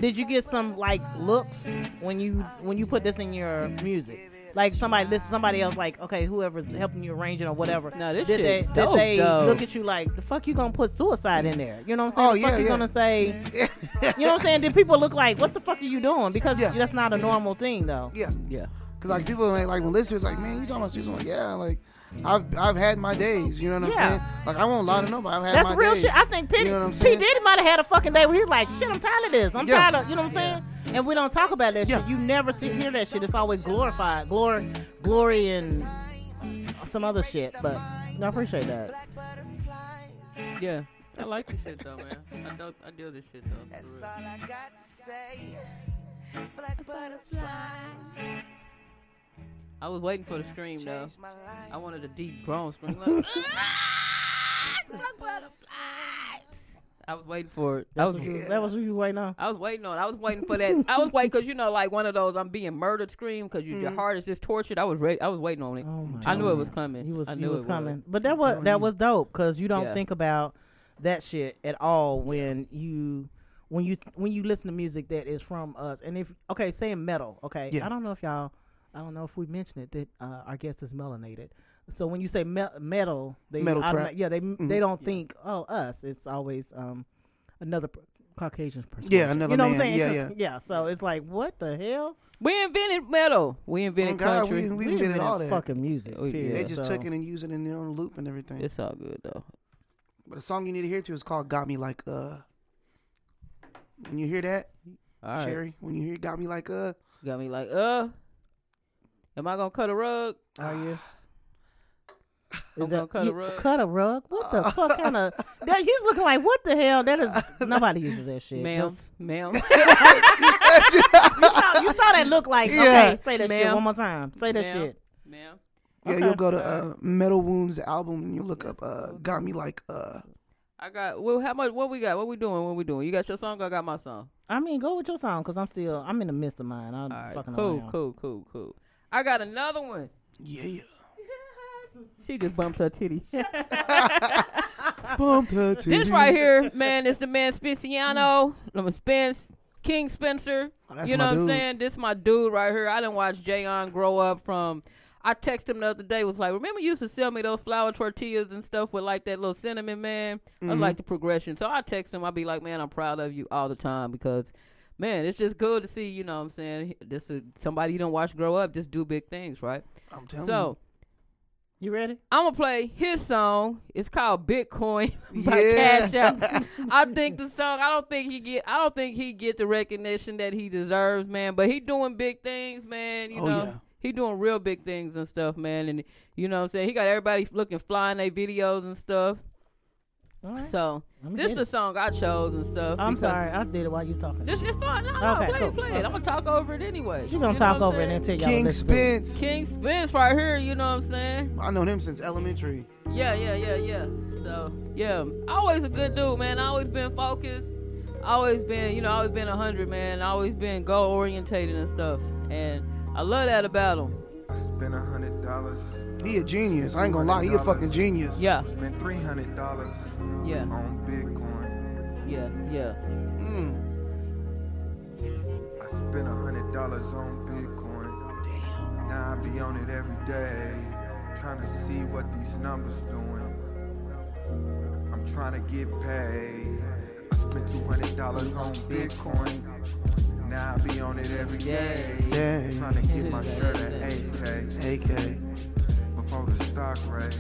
Speaker 2: did you get some like looks when you when you put this in your music? Like somebody listen, somebody else like okay, whoever's helping you arranging or whatever.
Speaker 1: No, this
Speaker 2: did
Speaker 1: shit
Speaker 2: they
Speaker 1: dope,
Speaker 2: did they
Speaker 1: though.
Speaker 2: look at you like the fuck you gonna put suicide in there? You know what I'm saying?
Speaker 3: Oh,
Speaker 2: the fuck
Speaker 3: yeah,
Speaker 2: you
Speaker 3: yeah.
Speaker 2: gonna say? You know what I'm saying? Did people look like what the fuck are you doing? Because
Speaker 3: Yeah.
Speaker 2: that's not a normal thing though.
Speaker 3: Yeah.
Speaker 1: Yeah.
Speaker 3: Cause like people like, like when listeners like, man, you talking about season one? Yeah, like I've I've had my days. You know what I'm
Speaker 2: Yeah.
Speaker 3: saying? Like I won't lie to nobody. I've had
Speaker 2: That's
Speaker 3: my
Speaker 2: real
Speaker 3: days.
Speaker 2: shit. I think P,
Speaker 3: You know what I'm
Speaker 2: P
Speaker 3: saying?
Speaker 2: Diddy might have had a fucking day where he was like, shit, I'm tired of this. I'm
Speaker 3: Yeah.
Speaker 2: tired of, you know what I'm saying? And we don't talk about that
Speaker 3: Yeah.
Speaker 2: shit. You never see, hear that shit. It's always glorified, glory, glory, and some other shit. But I appreciate that.
Speaker 1: Yeah. I like this shit though, man. I do I deal this shit though.
Speaker 5: That's all I got to say. Black butterflies
Speaker 1: I was waiting for the stream though.
Speaker 5: changed my life.
Speaker 1: I wanted a deep groan stream. Like, I was waiting for it. I was
Speaker 2: That was who you waiting on.
Speaker 1: I was waiting on. I was waiting for that. I was waiting because you know, like one of those, I'm being murdered scream because you,
Speaker 3: Mm.
Speaker 1: your heart is just tortured. I was re- I was waiting on it.
Speaker 2: Oh
Speaker 1: I knew it was coming.
Speaker 2: You was,
Speaker 1: I
Speaker 2: you
Speaker 1: knew
Speaker 2: was
Speaker 1: it
Speaker 2: coming. But that was that was dope because you don't
Speaker 1: Yeah.
Speaker 2: think about that shit at all when you when you when you listen to music that is from us. And if okay, saying metal, okay,
Speaker 3: Yeah.
Speaker 2: I don't know if y'all, I don't know if we mentioned it that uh, our guest is melanated. So when you say me- metal, they
Speaker 3: Metal
Speaker 2: automa-
Speaker 3: trap. Mm-hmm.
Speaker 2: yeah, they they don't think oh us. It's always um another. p- Caucasian person.
Speaker 3: another
Speaker 2: You know
Speaker 3: man.
Speaker 2: what I'm saying?
Speaker 3: Yeah,
Speaker 2: 'Cause- yeah. So it's like, what the hell?
Speaker 1: We invented metal. We invented
Speaker 3: Oh, God,
Speaker 1: country.
Speaker 3: we- we- invented
Speaker 2: invented
Speaker 3: all that.
Speaker 2: fucking music.
Speaker 1: Oh, yeah.
Speaker 2: period.
Speaker 3: They just
Speaker 2: So-
Speaker 3: took it and used it in their own loop and everything.
Speaker 1: it's all good though.
Speaker 3: But the song you need to hear to is called "Got Me Like Uh." When you hear that,
Speaker 1: All right,
Speaker 3: Sherry, when you hear "Got Me Like Uh,"
Speaker 1: got me like, uh, am I gonna cut a rug? Are you?
Speaker 2: Is
Speaker 1: I'm gonna
Speaker 2: that,
Speaker 1: cut a
Speaker 2: you-
Speaker 1: rug.
Speaker 2: Cut a rug? What the fuck kind of? That, he's looking like what the hell? That is nobody uses that shit.
Speaker 1: Ma'am,
Speaker 2: That's-
Speaker 1: ma'am.
Speaker 2: You saw, you saw that look like.
Speaker 3: Yeah.
Speaker 2: Okay, say that shit
Speaker 1: Ma'am.
Speaker 2: one more time. Say that
Speaker 1: Ma'am.
Speaker 2: shit.
Speaker 1: ma'am.
Speaker 3: yeah, you'll go to uh, Metal Wounds the album and you'll look up uh, "Got Me Like Uh."
Speaker 1: I got. Well, how much? What we got? What we doing? What we doing? You got your song? I got my song.
Speaker 2: I mean, go with your song because I'm still I'm in the midst of mine. I'm
Speaker 1: All right,
Speaker 2: fucking
Speaker 1: cool,
Speaker 2: around.
Speaker 1: cool, cool, cool. I got another one.
Speaker 3: Yeah,
Speaker 1: She just bumped her titty.
Speaker 3: bump her to
Speaker 1: this right here, man, is the man Spiciano. I'm a Spence. King Spencer.
Speaker 3: Oh, that's
Speaker 1: you know
Speaker 3: my
Speaker 1: what I'm
Speaker 3: dude.
Speaker 1: saying? This my dude right here. I didn't watch Jayon grow up from I texted him the other day, was like, Remember you used to sell me those flour tortillas and stuff with like that little cinnamon, man? I
Speaker 3: Mm-hmm.
Speaker 1: like the progression. So I text him, I'd be like, Man, I'm proud of you all the time because man, it's just good to see, you know what I'm saying? This is somebody you don't watch grow up, just do big things, right?
Speaker 3: I'm telling
Speaker 1: so
Speaker 2: You ready?
Speaker 1: I'm gonna play his song. It's called Bitcoin by
Speaker 3: Yeah.
Speaker 1: Cash App. I think the song. I don't think he get. I don't think he get the recognition that he deserves, man. But he doing big things, man. You
Speaker 3: Oh,
Speaker 1: know,
Speaker 3: yeah.
Speaker 1: he doing real big things and stuff, man. And you know, what I'm saying he got everybody looking fly in their videos and stuff.
Speaker 2: All right.
Speaker 1: So
Speaker 2: Let me
Speaker 1: this
Speaker 2: get
Speaker 1: is the song I chose and stuff.
Speaker 2: I'm
Speaker 1: because-
Speaker 2: sorry, I did it while you was talking.
Speaker 1: This is fine. No, no,
Speaker 2: Okay,
Speaker 1: play
Speaker 2: cool.
Speaker 1: it, play
Speaker 2: Okay.
Speaker 1: it. I'm gonna talk over it anyway.
Speaker 2: She gonna
Speaker 1: You know
Speaker 2: talk
Speaker 1: what I'm
Speaker 2: over it
Speaker 1: saying?
Speaker 2: and tell y'all.
Speaker 3: King
Speaker 2: listen to it.
Speaker 3: Spence.
Speaker 1: King Spence right here. You know what I'm saying.
Speaker 3: I know him since elementary.
Speaker 1: Yeah, yeah, yeah, yeah. So yeah, always a good dude, man. Always been focused. Always been, you know, always been a hundred, man. Always been goal orientated and stuff. And I love that about him.
Speaker 6: I spent a hundred dollars.
Speaker 3: He a genius. I ain't gonna lie, he a fucking genius.
Speaker 1: Yeah,
Speaker 6: Spent three hundred dollars
Speaker 1: yeah,
Speaker 6: on Bitcoin.
Speaker 1: yeah, yeah.
Speaker 6: I spent a hundred dollars on Bitcoin. Damn. Now I be on it every day, tryna see what these numbers doing. I'm tryna get paid. I spent two hundred dollars on Bitcoin. Now I be on it every day,
Speaker 3: Day.
Speaker 6: tryna get my shirt at AK
Speaker 3: AK.
Speaker 6: before the stock raise.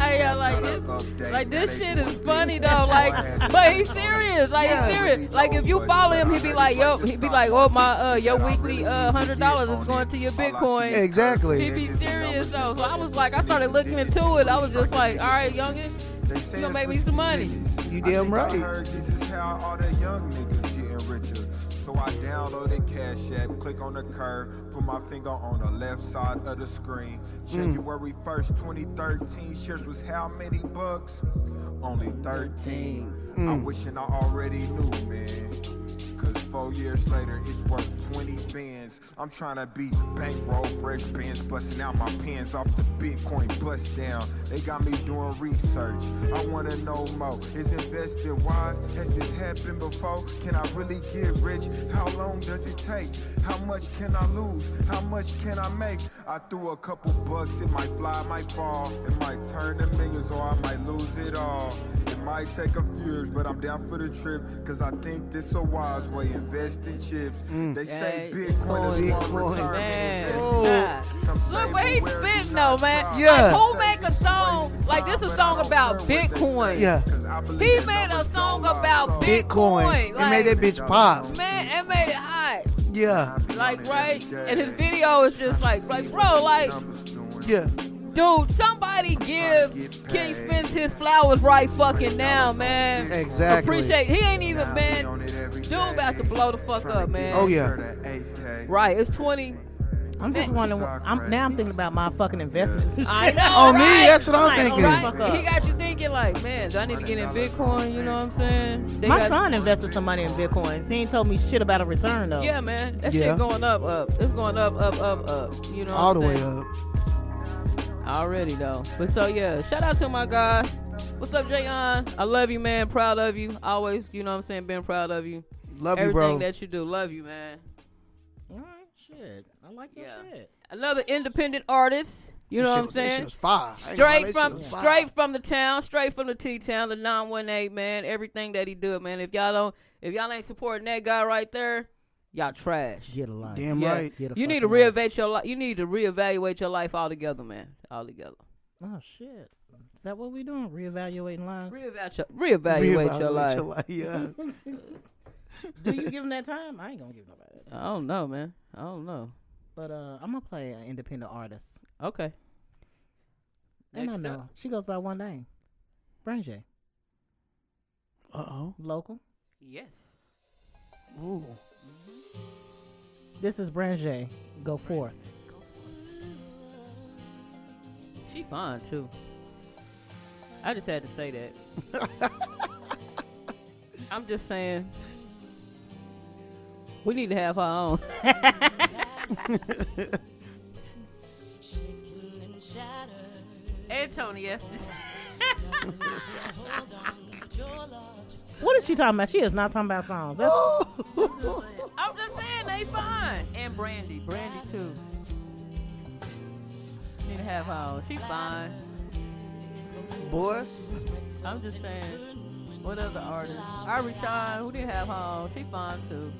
Speaker 1: Hey, yo, like this, like this shit is funny though. Like, but he's serious. Like, he's serious. Like, if you follow him, he'd be like, yo, he'd be like, oh my, uh, your weekly uh hundred dollars is going to your Bitcoin. He
Speaker 3: Exactly.
Speaker 1: be serious though. So I was like, I started looking into it. I was just like, all right, youngin.
Speaker 6: You
Speaker 1: gonna make me some money.
Speaker 3: You damn right.
Speaker 6: I heard this is how all the young niggas getting richer. So I downloaded Cash App, click on the curve, put my finger on the left side of the screen.
Speaker 3: Hmm.
Speaker 6: January 1st, 2013, shares was how many bucks? Only 13.
Speaker 3: Hmm.
Speaker 6: I'm wishing I already knew, man. Cause four years later, it's worth 20 bins. I'm trying to be bankroll, fresh bins, busting out my pins off the Bitcoin bust down. They got me doing research. I wanna know more. Is invested wise? Has this happened before? Can I really get rich? How long does it take? How much can I lose? How much can I make? I threw a couple bucks. It might fly, it might fall. It might turn to millions or I might lose it all. It might take a few years, but I'm down for the trip. Cause I think this a wise way. Invest in chips. They say
Speaker 1: Yeah,
Speaker 6: Bitcoin is one
Speaker 3: Bitcoin.
Speaker 6: retirement
Speaker 1: Man,
Speaker 6: investment.
Speaker 1: God.
Speaker 6: Some say
Speaker 1: Look, but he's
Speaker 6: beware, do
Speaker 1: spitting though,
Speaker 6: not
Speaker 1: man.
Speaker 6: try.
Speaker 1: Like,
Speaker 3: Yeah.
Speaker 1: who make a song like this? A song about Bitcoin.
Speaker 3: Yeah.
Speaker 6: He
Speaker 1: He made a song about Bitcoin.
Speaker 3: Bitcoin. It made that
Speaker 1: Like,
Speaker 3: bitch pop.
Speaker 1: man, it made it hot.
Speaker 3: Yeah.
Speaker 1: Like, right? And his video is just like, like, bro, like,
Speaker 3: Yeah.
Speaker 1: dude, somebody give King Spence his flowers right fucking now, man.
Speaker 3: Exactly.
Speaker 1: Appreciate. He ain't even man. Dude, about to blow the fuck up, man.
Speaker 3: Oh, yeah.
Speaker 1: Right? It's twenty.
Speaker 2: I'm just wondering. I'm now. I'm thinking about my fucking investments. and
Speaker 1: I
Speaker 2: shit.
Speaker 1: know.
Speaker 3: On Oh, me,
Speaker 1: right?
Speaker 3: that's what I'm
Speaker 2: Like,
Speaker 3: thinking.
Speaker 2: alright.
Speaker 1: Right?
Speaker 2: Fuck up.
Speaker 1: He got you thinking like, man, do I need to get in Bitcoin? You know what I'm saying? They
Speaker 2: My
Speaker 1: got-
Speaker 2: son invested some money in Bitcoin. He ain't told me shit about a return though.
Speaker 1: Yeah, man. That
Speaker 3: Yeah.
Speaker 1: shit going up, up. It's going up, up, up, up. You know,
Speaker 3: All the
Speaker 1: what I'm
Speaker 3: way
Speaker 1: saying?
Speaker 3: up.
Speaker 1: Already though. But so yeah, shout out to my guys. What's up, Jayon? I love you, man. Proud of you. Always, you know what I'm saying, been proud of you.
Speaker 3: Love you,
Speaker 1: Everything
Speaker 3: bro.
Speaker 1: that you do. Love you, man.
Speaker 2: All right, shit. I like your
Speaker 1: Yeah.
Speaker 2: shit.
Speaker 1: Another independent artist. You know
Speaker 3: That
Speaker 1: what
Speaker 3: shit
Speaker 1: I'm
Speaker 3: was- that shit
Speaker 1: saying?
Speaker 3: was fire. I ain't gonna lie,
Speaker 1: Straight
Speaker 3: that
Speaker 1: from
Speaker 3: shit was fire.
Speaker 1: straight from the town, straight from the T town, the nine one eight man. Everything that he do, man. If y'all don't, if y'all ain't supporting that guy right there, y'all trash.
Speaker 2: Get a life.
Speaker 3: Damn
Speaker 1: Yeah.
Speaker 3: right.
Speaker 2: Get a
Speaker 1: You need to
Speaker 2: fucking life.
Speaker 1: reevaluate your life. You need to reevaluate your life altogether, man. Altogether.
Speaker 2: Oh shit. Is that what we doing? Reevaluating lives?
Speaker 1: Reevaluate your, reevaluate your life. Uh,
Speaker 3: Yeah.
Speaker 2: Do you give them that time? I ain't gonna give nobody. That.
Speaker 1: I don't know, man. I don't know.
Speaker 2: But uh, I'm gonna play an independent artist.
Speaker 1: Okay.
Speaker 2: And I
Speaker 1: Next
Speaker 2: know
Speaker 1: up.
Speaker 2: she goes by one name, Brain J.
Speaker 3: Uh oh.
Speaker 2: Local.
Speaker 1: Yes.
Speaker 3: Ooh.
Speaker 2: This is Brain J. Go forth.
Speaker 1: She fine too. I just had to say that. I'm just saying. We need to have her own. Antonia.
Speaker 2: What is she talking about? She is not talking about songs. That's,
Speaker 1: I'm just saying they fine. And Brandy. Brandy too. Need to have her own. She fine.
Speaker 3: Boy.
Speaker 1: I'm just saying, what other artists? Ivory Shine, who didn't have home? She fine too.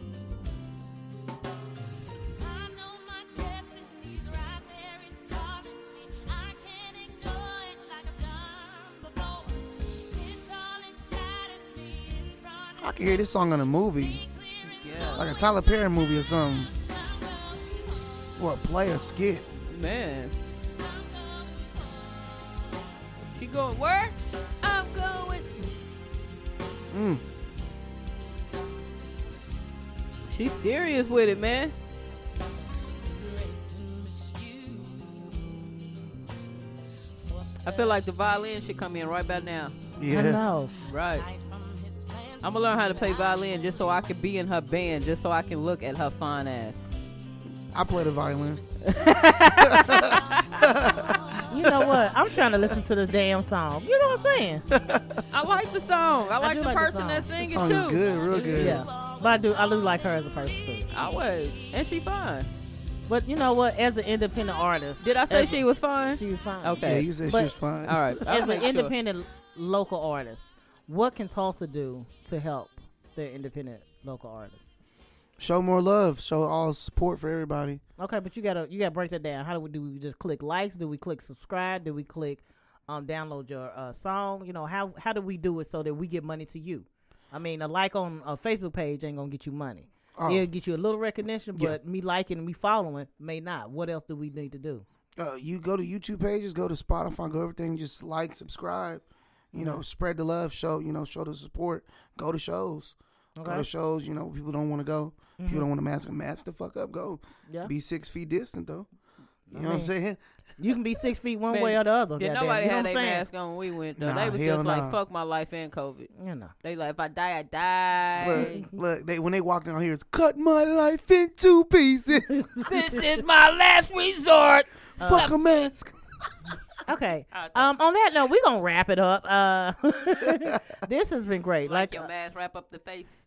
Speaker 3: I could hear this song in a movie,
Speaker 1: Yeah,
Speaker 3: like a Tyler Perry movie or something. Or a play a skit.
Speaker 1: man. She going where? I'm going.
Speaker 3: Mm.
Speaker 1: She's serious with it, man. I feel like the violin should come in right about now.
Speaker 2: I
Speaker 3: Yeah.
Speaker 2: know.
Speaker 1: Right. I'm gonna learn how to play violin just so I can be in her band, just so I can look at her fine ass.
Speaker 3: I play the violin.
Speaker 2: You know what? I'm trying to listen to this damn song. You know what I'm saying?
Speaker 1: I like the song. I like
Speaker 2: do
Speaker 1: the
Speaker 2: like the
Speaker 1: person
Speaker 2: song.
Speaker 1: that's
Speaker 3: That
Speaker 1: singing
Speaker 3: song
Speaker 1: too.
Speaker 3: is good, real good.
Speaker 2: Yeah. But I do. I do like her as a person too.
Speaker 1: I was, and she fine.
Speaker 2: But you know what? As an independent artist,
Speaker 1: Did I say
Speaker 2: as-
Speaker 1: she was fine?
Speaker 2: She was fine.
Speaker 1: Okay.
Speaker 3: Yeah, you said
Speaker 2: But-
Speaker 3: she was fine.
Speaker 1: All right. I'll
Speaker 2: As an
Speaker 1: make sure.
Speaker 2: independent local artist, what can Tulsa do to help their independent local artists?
Speaker 3: Show more love. Show all support for everybody.
Speaker 2: Okay, but you gotta you gotta break that down. How do we do? We just click likes? Do we click subscribe? Do we click um, download your uh, song? You know how how do we do it so that we get money to you? I mean, a like on a Facebook page ain't gonna get you money.
Speaker 3: Oh.
Speaker 2: It'll get you a little recognition,
Speaker 3: Yeah.
Speaker 2: but me liking, me following may not. What else do we need to do?
Speaker 3: Uh, you go to YouTube pages, go to Spotify, go everything. Just like, subscribe. You know, spread the love. Show you know, show the support. Go to shows. Go
Speaker 2: Okay.
Speaker 3: to shows. You know, people don't want to go. People don't want to mask. Mask the fuck up. Go.
Speaker 2: Yeah.
Speaker 3: Be six feet distant though. You know what I'm saying?
Speaker 2: You can be six feet one
Speaker 1: Man,
Speaker 2: way or the other.
Speaker 1: Yeah,
Speaker 2: goddamn.
Speaker 1: nobody
Speaker 2: you know
Speaker 1: had
Speaker 2: what
Speaker 1: their
Speaker 2: I'm saying?
Speaker 1: mask on when we went though.
Speaker 3: Nah,
Speaker 1: they was
Speaker 3: hell
Speaker 1: just
Speaker 3: nah.
Speaker 1: like, "Fuck my life and COVID."
Speaker 2: You know.
Speaker 1: They like, "If I die, I die."
Speaker 3: Look, look, they when they walked down here, it's cut my life in two pieces.
Speaker 1: this is my last resort.
Speaker 3: Fuck a mask.
Speaker 2: Okay. Um. On that note, we gonna wrap it up. Uh. this has been great.
Speaker 1: Like
Speaker 2: Like, uh,
Speaker 1: your mask, wrap up the face.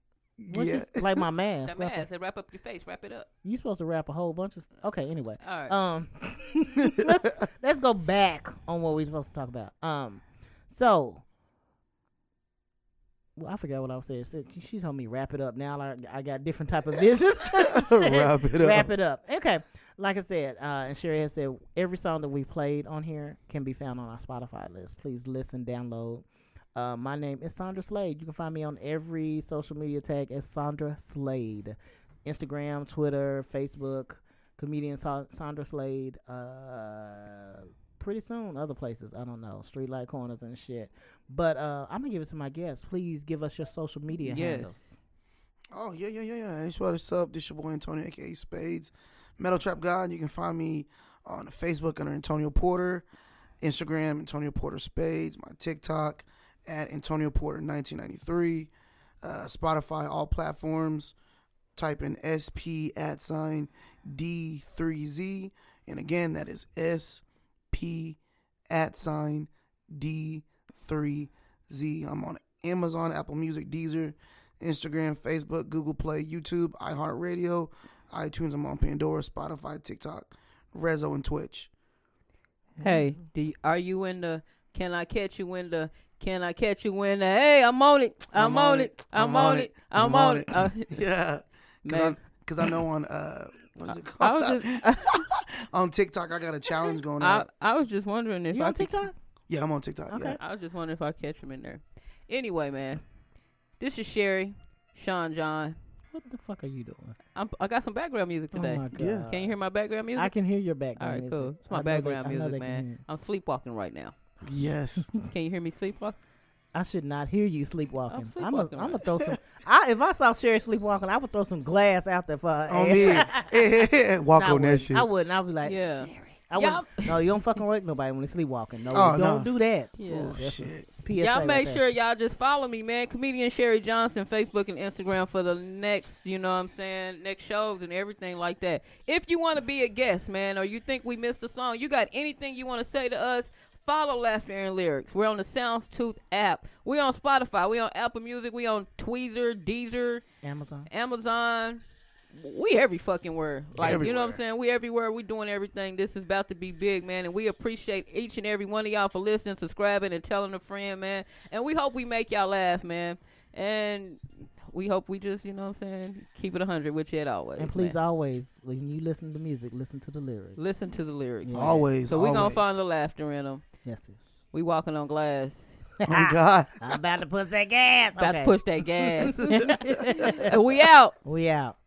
Speaker 2: what you
Speaker 3: yeah.
Speaker 2: s- like my mask.
Speaker 1: That
Speaker 2: Wrap
Speaker 1: mask, it wrap up your face, wrap it up.
Speaker 2: You supposed to wrap a whole bunch of. St- okay, anyway.
Speaker 1: All right.
Speaker 2: Um, let's let's go back on what we supposed to talk about. Um, so. Well, I forgot what I was saying. So, She told me wrap it up. Now I, I got different type of visions.
Speaker 3: Wrap it up.
Speaker 2: Wrap it up. Okay. Like I said, uh, and Sherry has said every song that we played on here can be found on our Spotify list. Please listen, download. Uh, my name is Sandra Slade. You can find me on every social media tag as Sandra Slade, Instagram, Twitter, Facebook. Comedian Sa- Sandra Slade. Uh, pretty soon, other places. I don't know, streetlight corners and shit. But uh, I'm gonna give it to my guests. Please give us your social media
Speaker 1: Yes.
Speaker 2: handles.
Speaker 3: Oh yeah, yeah, yeah, yeah. It's what it's up. This your boy Antonio, aka Spades, Metal Trap God. You can find me on Facebook under Antonio Porter, Instagram Antonio Porter Spades, my TikTok at Antonio Porter 1993, uh, Spotify, all platforms. Type in SP at sign D3Z, and again that is SP at sign D3Z. I'm on Amazon, Apple Music, Deezer. Instagram, Facebook, Google Play, YouTube, iHeartRadio, iTunes. I'm on Pandora, Spotify, TikTok, Rezo, and Twitch.
Speaker 1: Hey,
Speaker 2: mm-hmm.
Speaker 1: do you, are you in the? Can I catch you in the? Can I catch you in the? Hey, I'm on it. I'm, on it. I'm on it. I'm on it. Uh,
Speaker 3: yeah,
Speaker 1: man.
Speaker 3: because I, know on uh, what is it
Speaker 1: I was
Speaker 3: called?
Speaker 1: just
Speaker 3: on TikTok, I got a challenge going
Speaker 1: I,
Speaker 3: on.
Speaker 1: I was just wondering if
Speaker 2: You
Speaker 1: I
Speaker 2: on
Speaker 1: could-
Speaker 2: TikTok?
Speaker 3: Yeah, I'm on TikTok.
Speaker 2: Okay.
Speaker 3: Yeah.
Speaker 1: I was just wondering if I catch him in there. Anyway, man, this is Sherry, Sean, John.
Speaker 2: What the fuck are you doing?
Speaker 1: I'm, I got some background music today.
Speaker 2: Oh my god!
Speaker 3: Yeah.
Speaker 1: Can you hear my background music?
Speaker 2: I can hear your
Speaker 1: All
Speaker 2: background.
Speaker 1: right,
Speaker 2: music.
Speaker 1: cool. It's
Speaker 2: I
Speaker 1: my
Speaker 2: know they-
Speaker 1: background
Speaker 2: I know they
Speaker 1: music,
Speaker 2: can hear
Speaker 1: man.
Speaker 2: it.
Speaker 1: I'm sleepwalking right now.
Speaker 3: Yes.
Speaker 1: Can you hear me sleepwalk?
Speaker 2: I should not hear you sleepwalking.
Speaker 1: I'm
Speaker 2: I'm
Speaker 1: sleepwalking,
Speaker 2: gonna
Speaker 1: right.
Speaker 2: throw some. I, if I saw Sherry sleepwalking, I would throw some glass out there for her.
Speaker 3: on
Speaker 2: ass.
Speaker 3: me. Eh, eh, eh, Walk
Speaker 2: No, I
Speaker 3: on that
Speaker 2: wouldn't.
Speaker 3: shit.
Speaker 2: I wouldn't. I'd be like,
Speaker 1: Yeah.
Speaker 2: I
Speaker 1: Y'all-
Speaker 2: wouldn't. No, you don't fucking wake nobody when they sleepwalking. No,
Speaker 3: Oh,
Speaker 2: don't
Speaker 3: no.
Speaker 2: do that.
Speaker 1: Yeah.
Speaker 3: Oh,
Speaker 2: That's a
Speaker 3: shit.
Speaker 2: PSA
Speaker 1: y'all
Speaker 2: right
Speaker 1: make
Speaker 2: there.
Speaker 1: sure y'all just follow me, man. Comedian Sherry Johnson, Facebook and Instagram for the next, you know what I'm saying, next shows and everything like that. If you want to be a guest, man, or you think we missed a song, you got anything you want to say to us, follow Laughter and Lyrics. We're on the Soundstooth app. We're on Spotify. we on Apple Music. we on Tweezer, Deezer,
Speaker 2: Amazon.
Speaker 1: Amazon. We every fucking where. Like you know what I'm
Speaker 3: Everywhere.
Speaker 1: saying? We everywhere. We doing everything. This is about to be big, man. And we appreciate each and every one of y'all for listening, subscribing, and telling a friend, man. And we hope we make y'all laugh, man. And we hope we just, you know what I'm saying, keep it 100 with you at always.
Speaker 2: And please
Speaker 1: man.
Speaker 2: always, when you listen to music, listen to the lyrics.
Speaker 1: listen to the lyrics. man.
Speaker 3: Always.
Speaker 1: So we going
Speaker 3: always.
Speaker 1: to find the laughter in them.
Speaker 2: Yes. sis.
Speaker 1: We walking on glass.
Speaker 3: Oh God.
Speaker 2: I'm about to push that gas.
Speaker 1: About
Speaker 2: okay.
Speaker 1: to push that gas. we out.
Speaker 2: We out.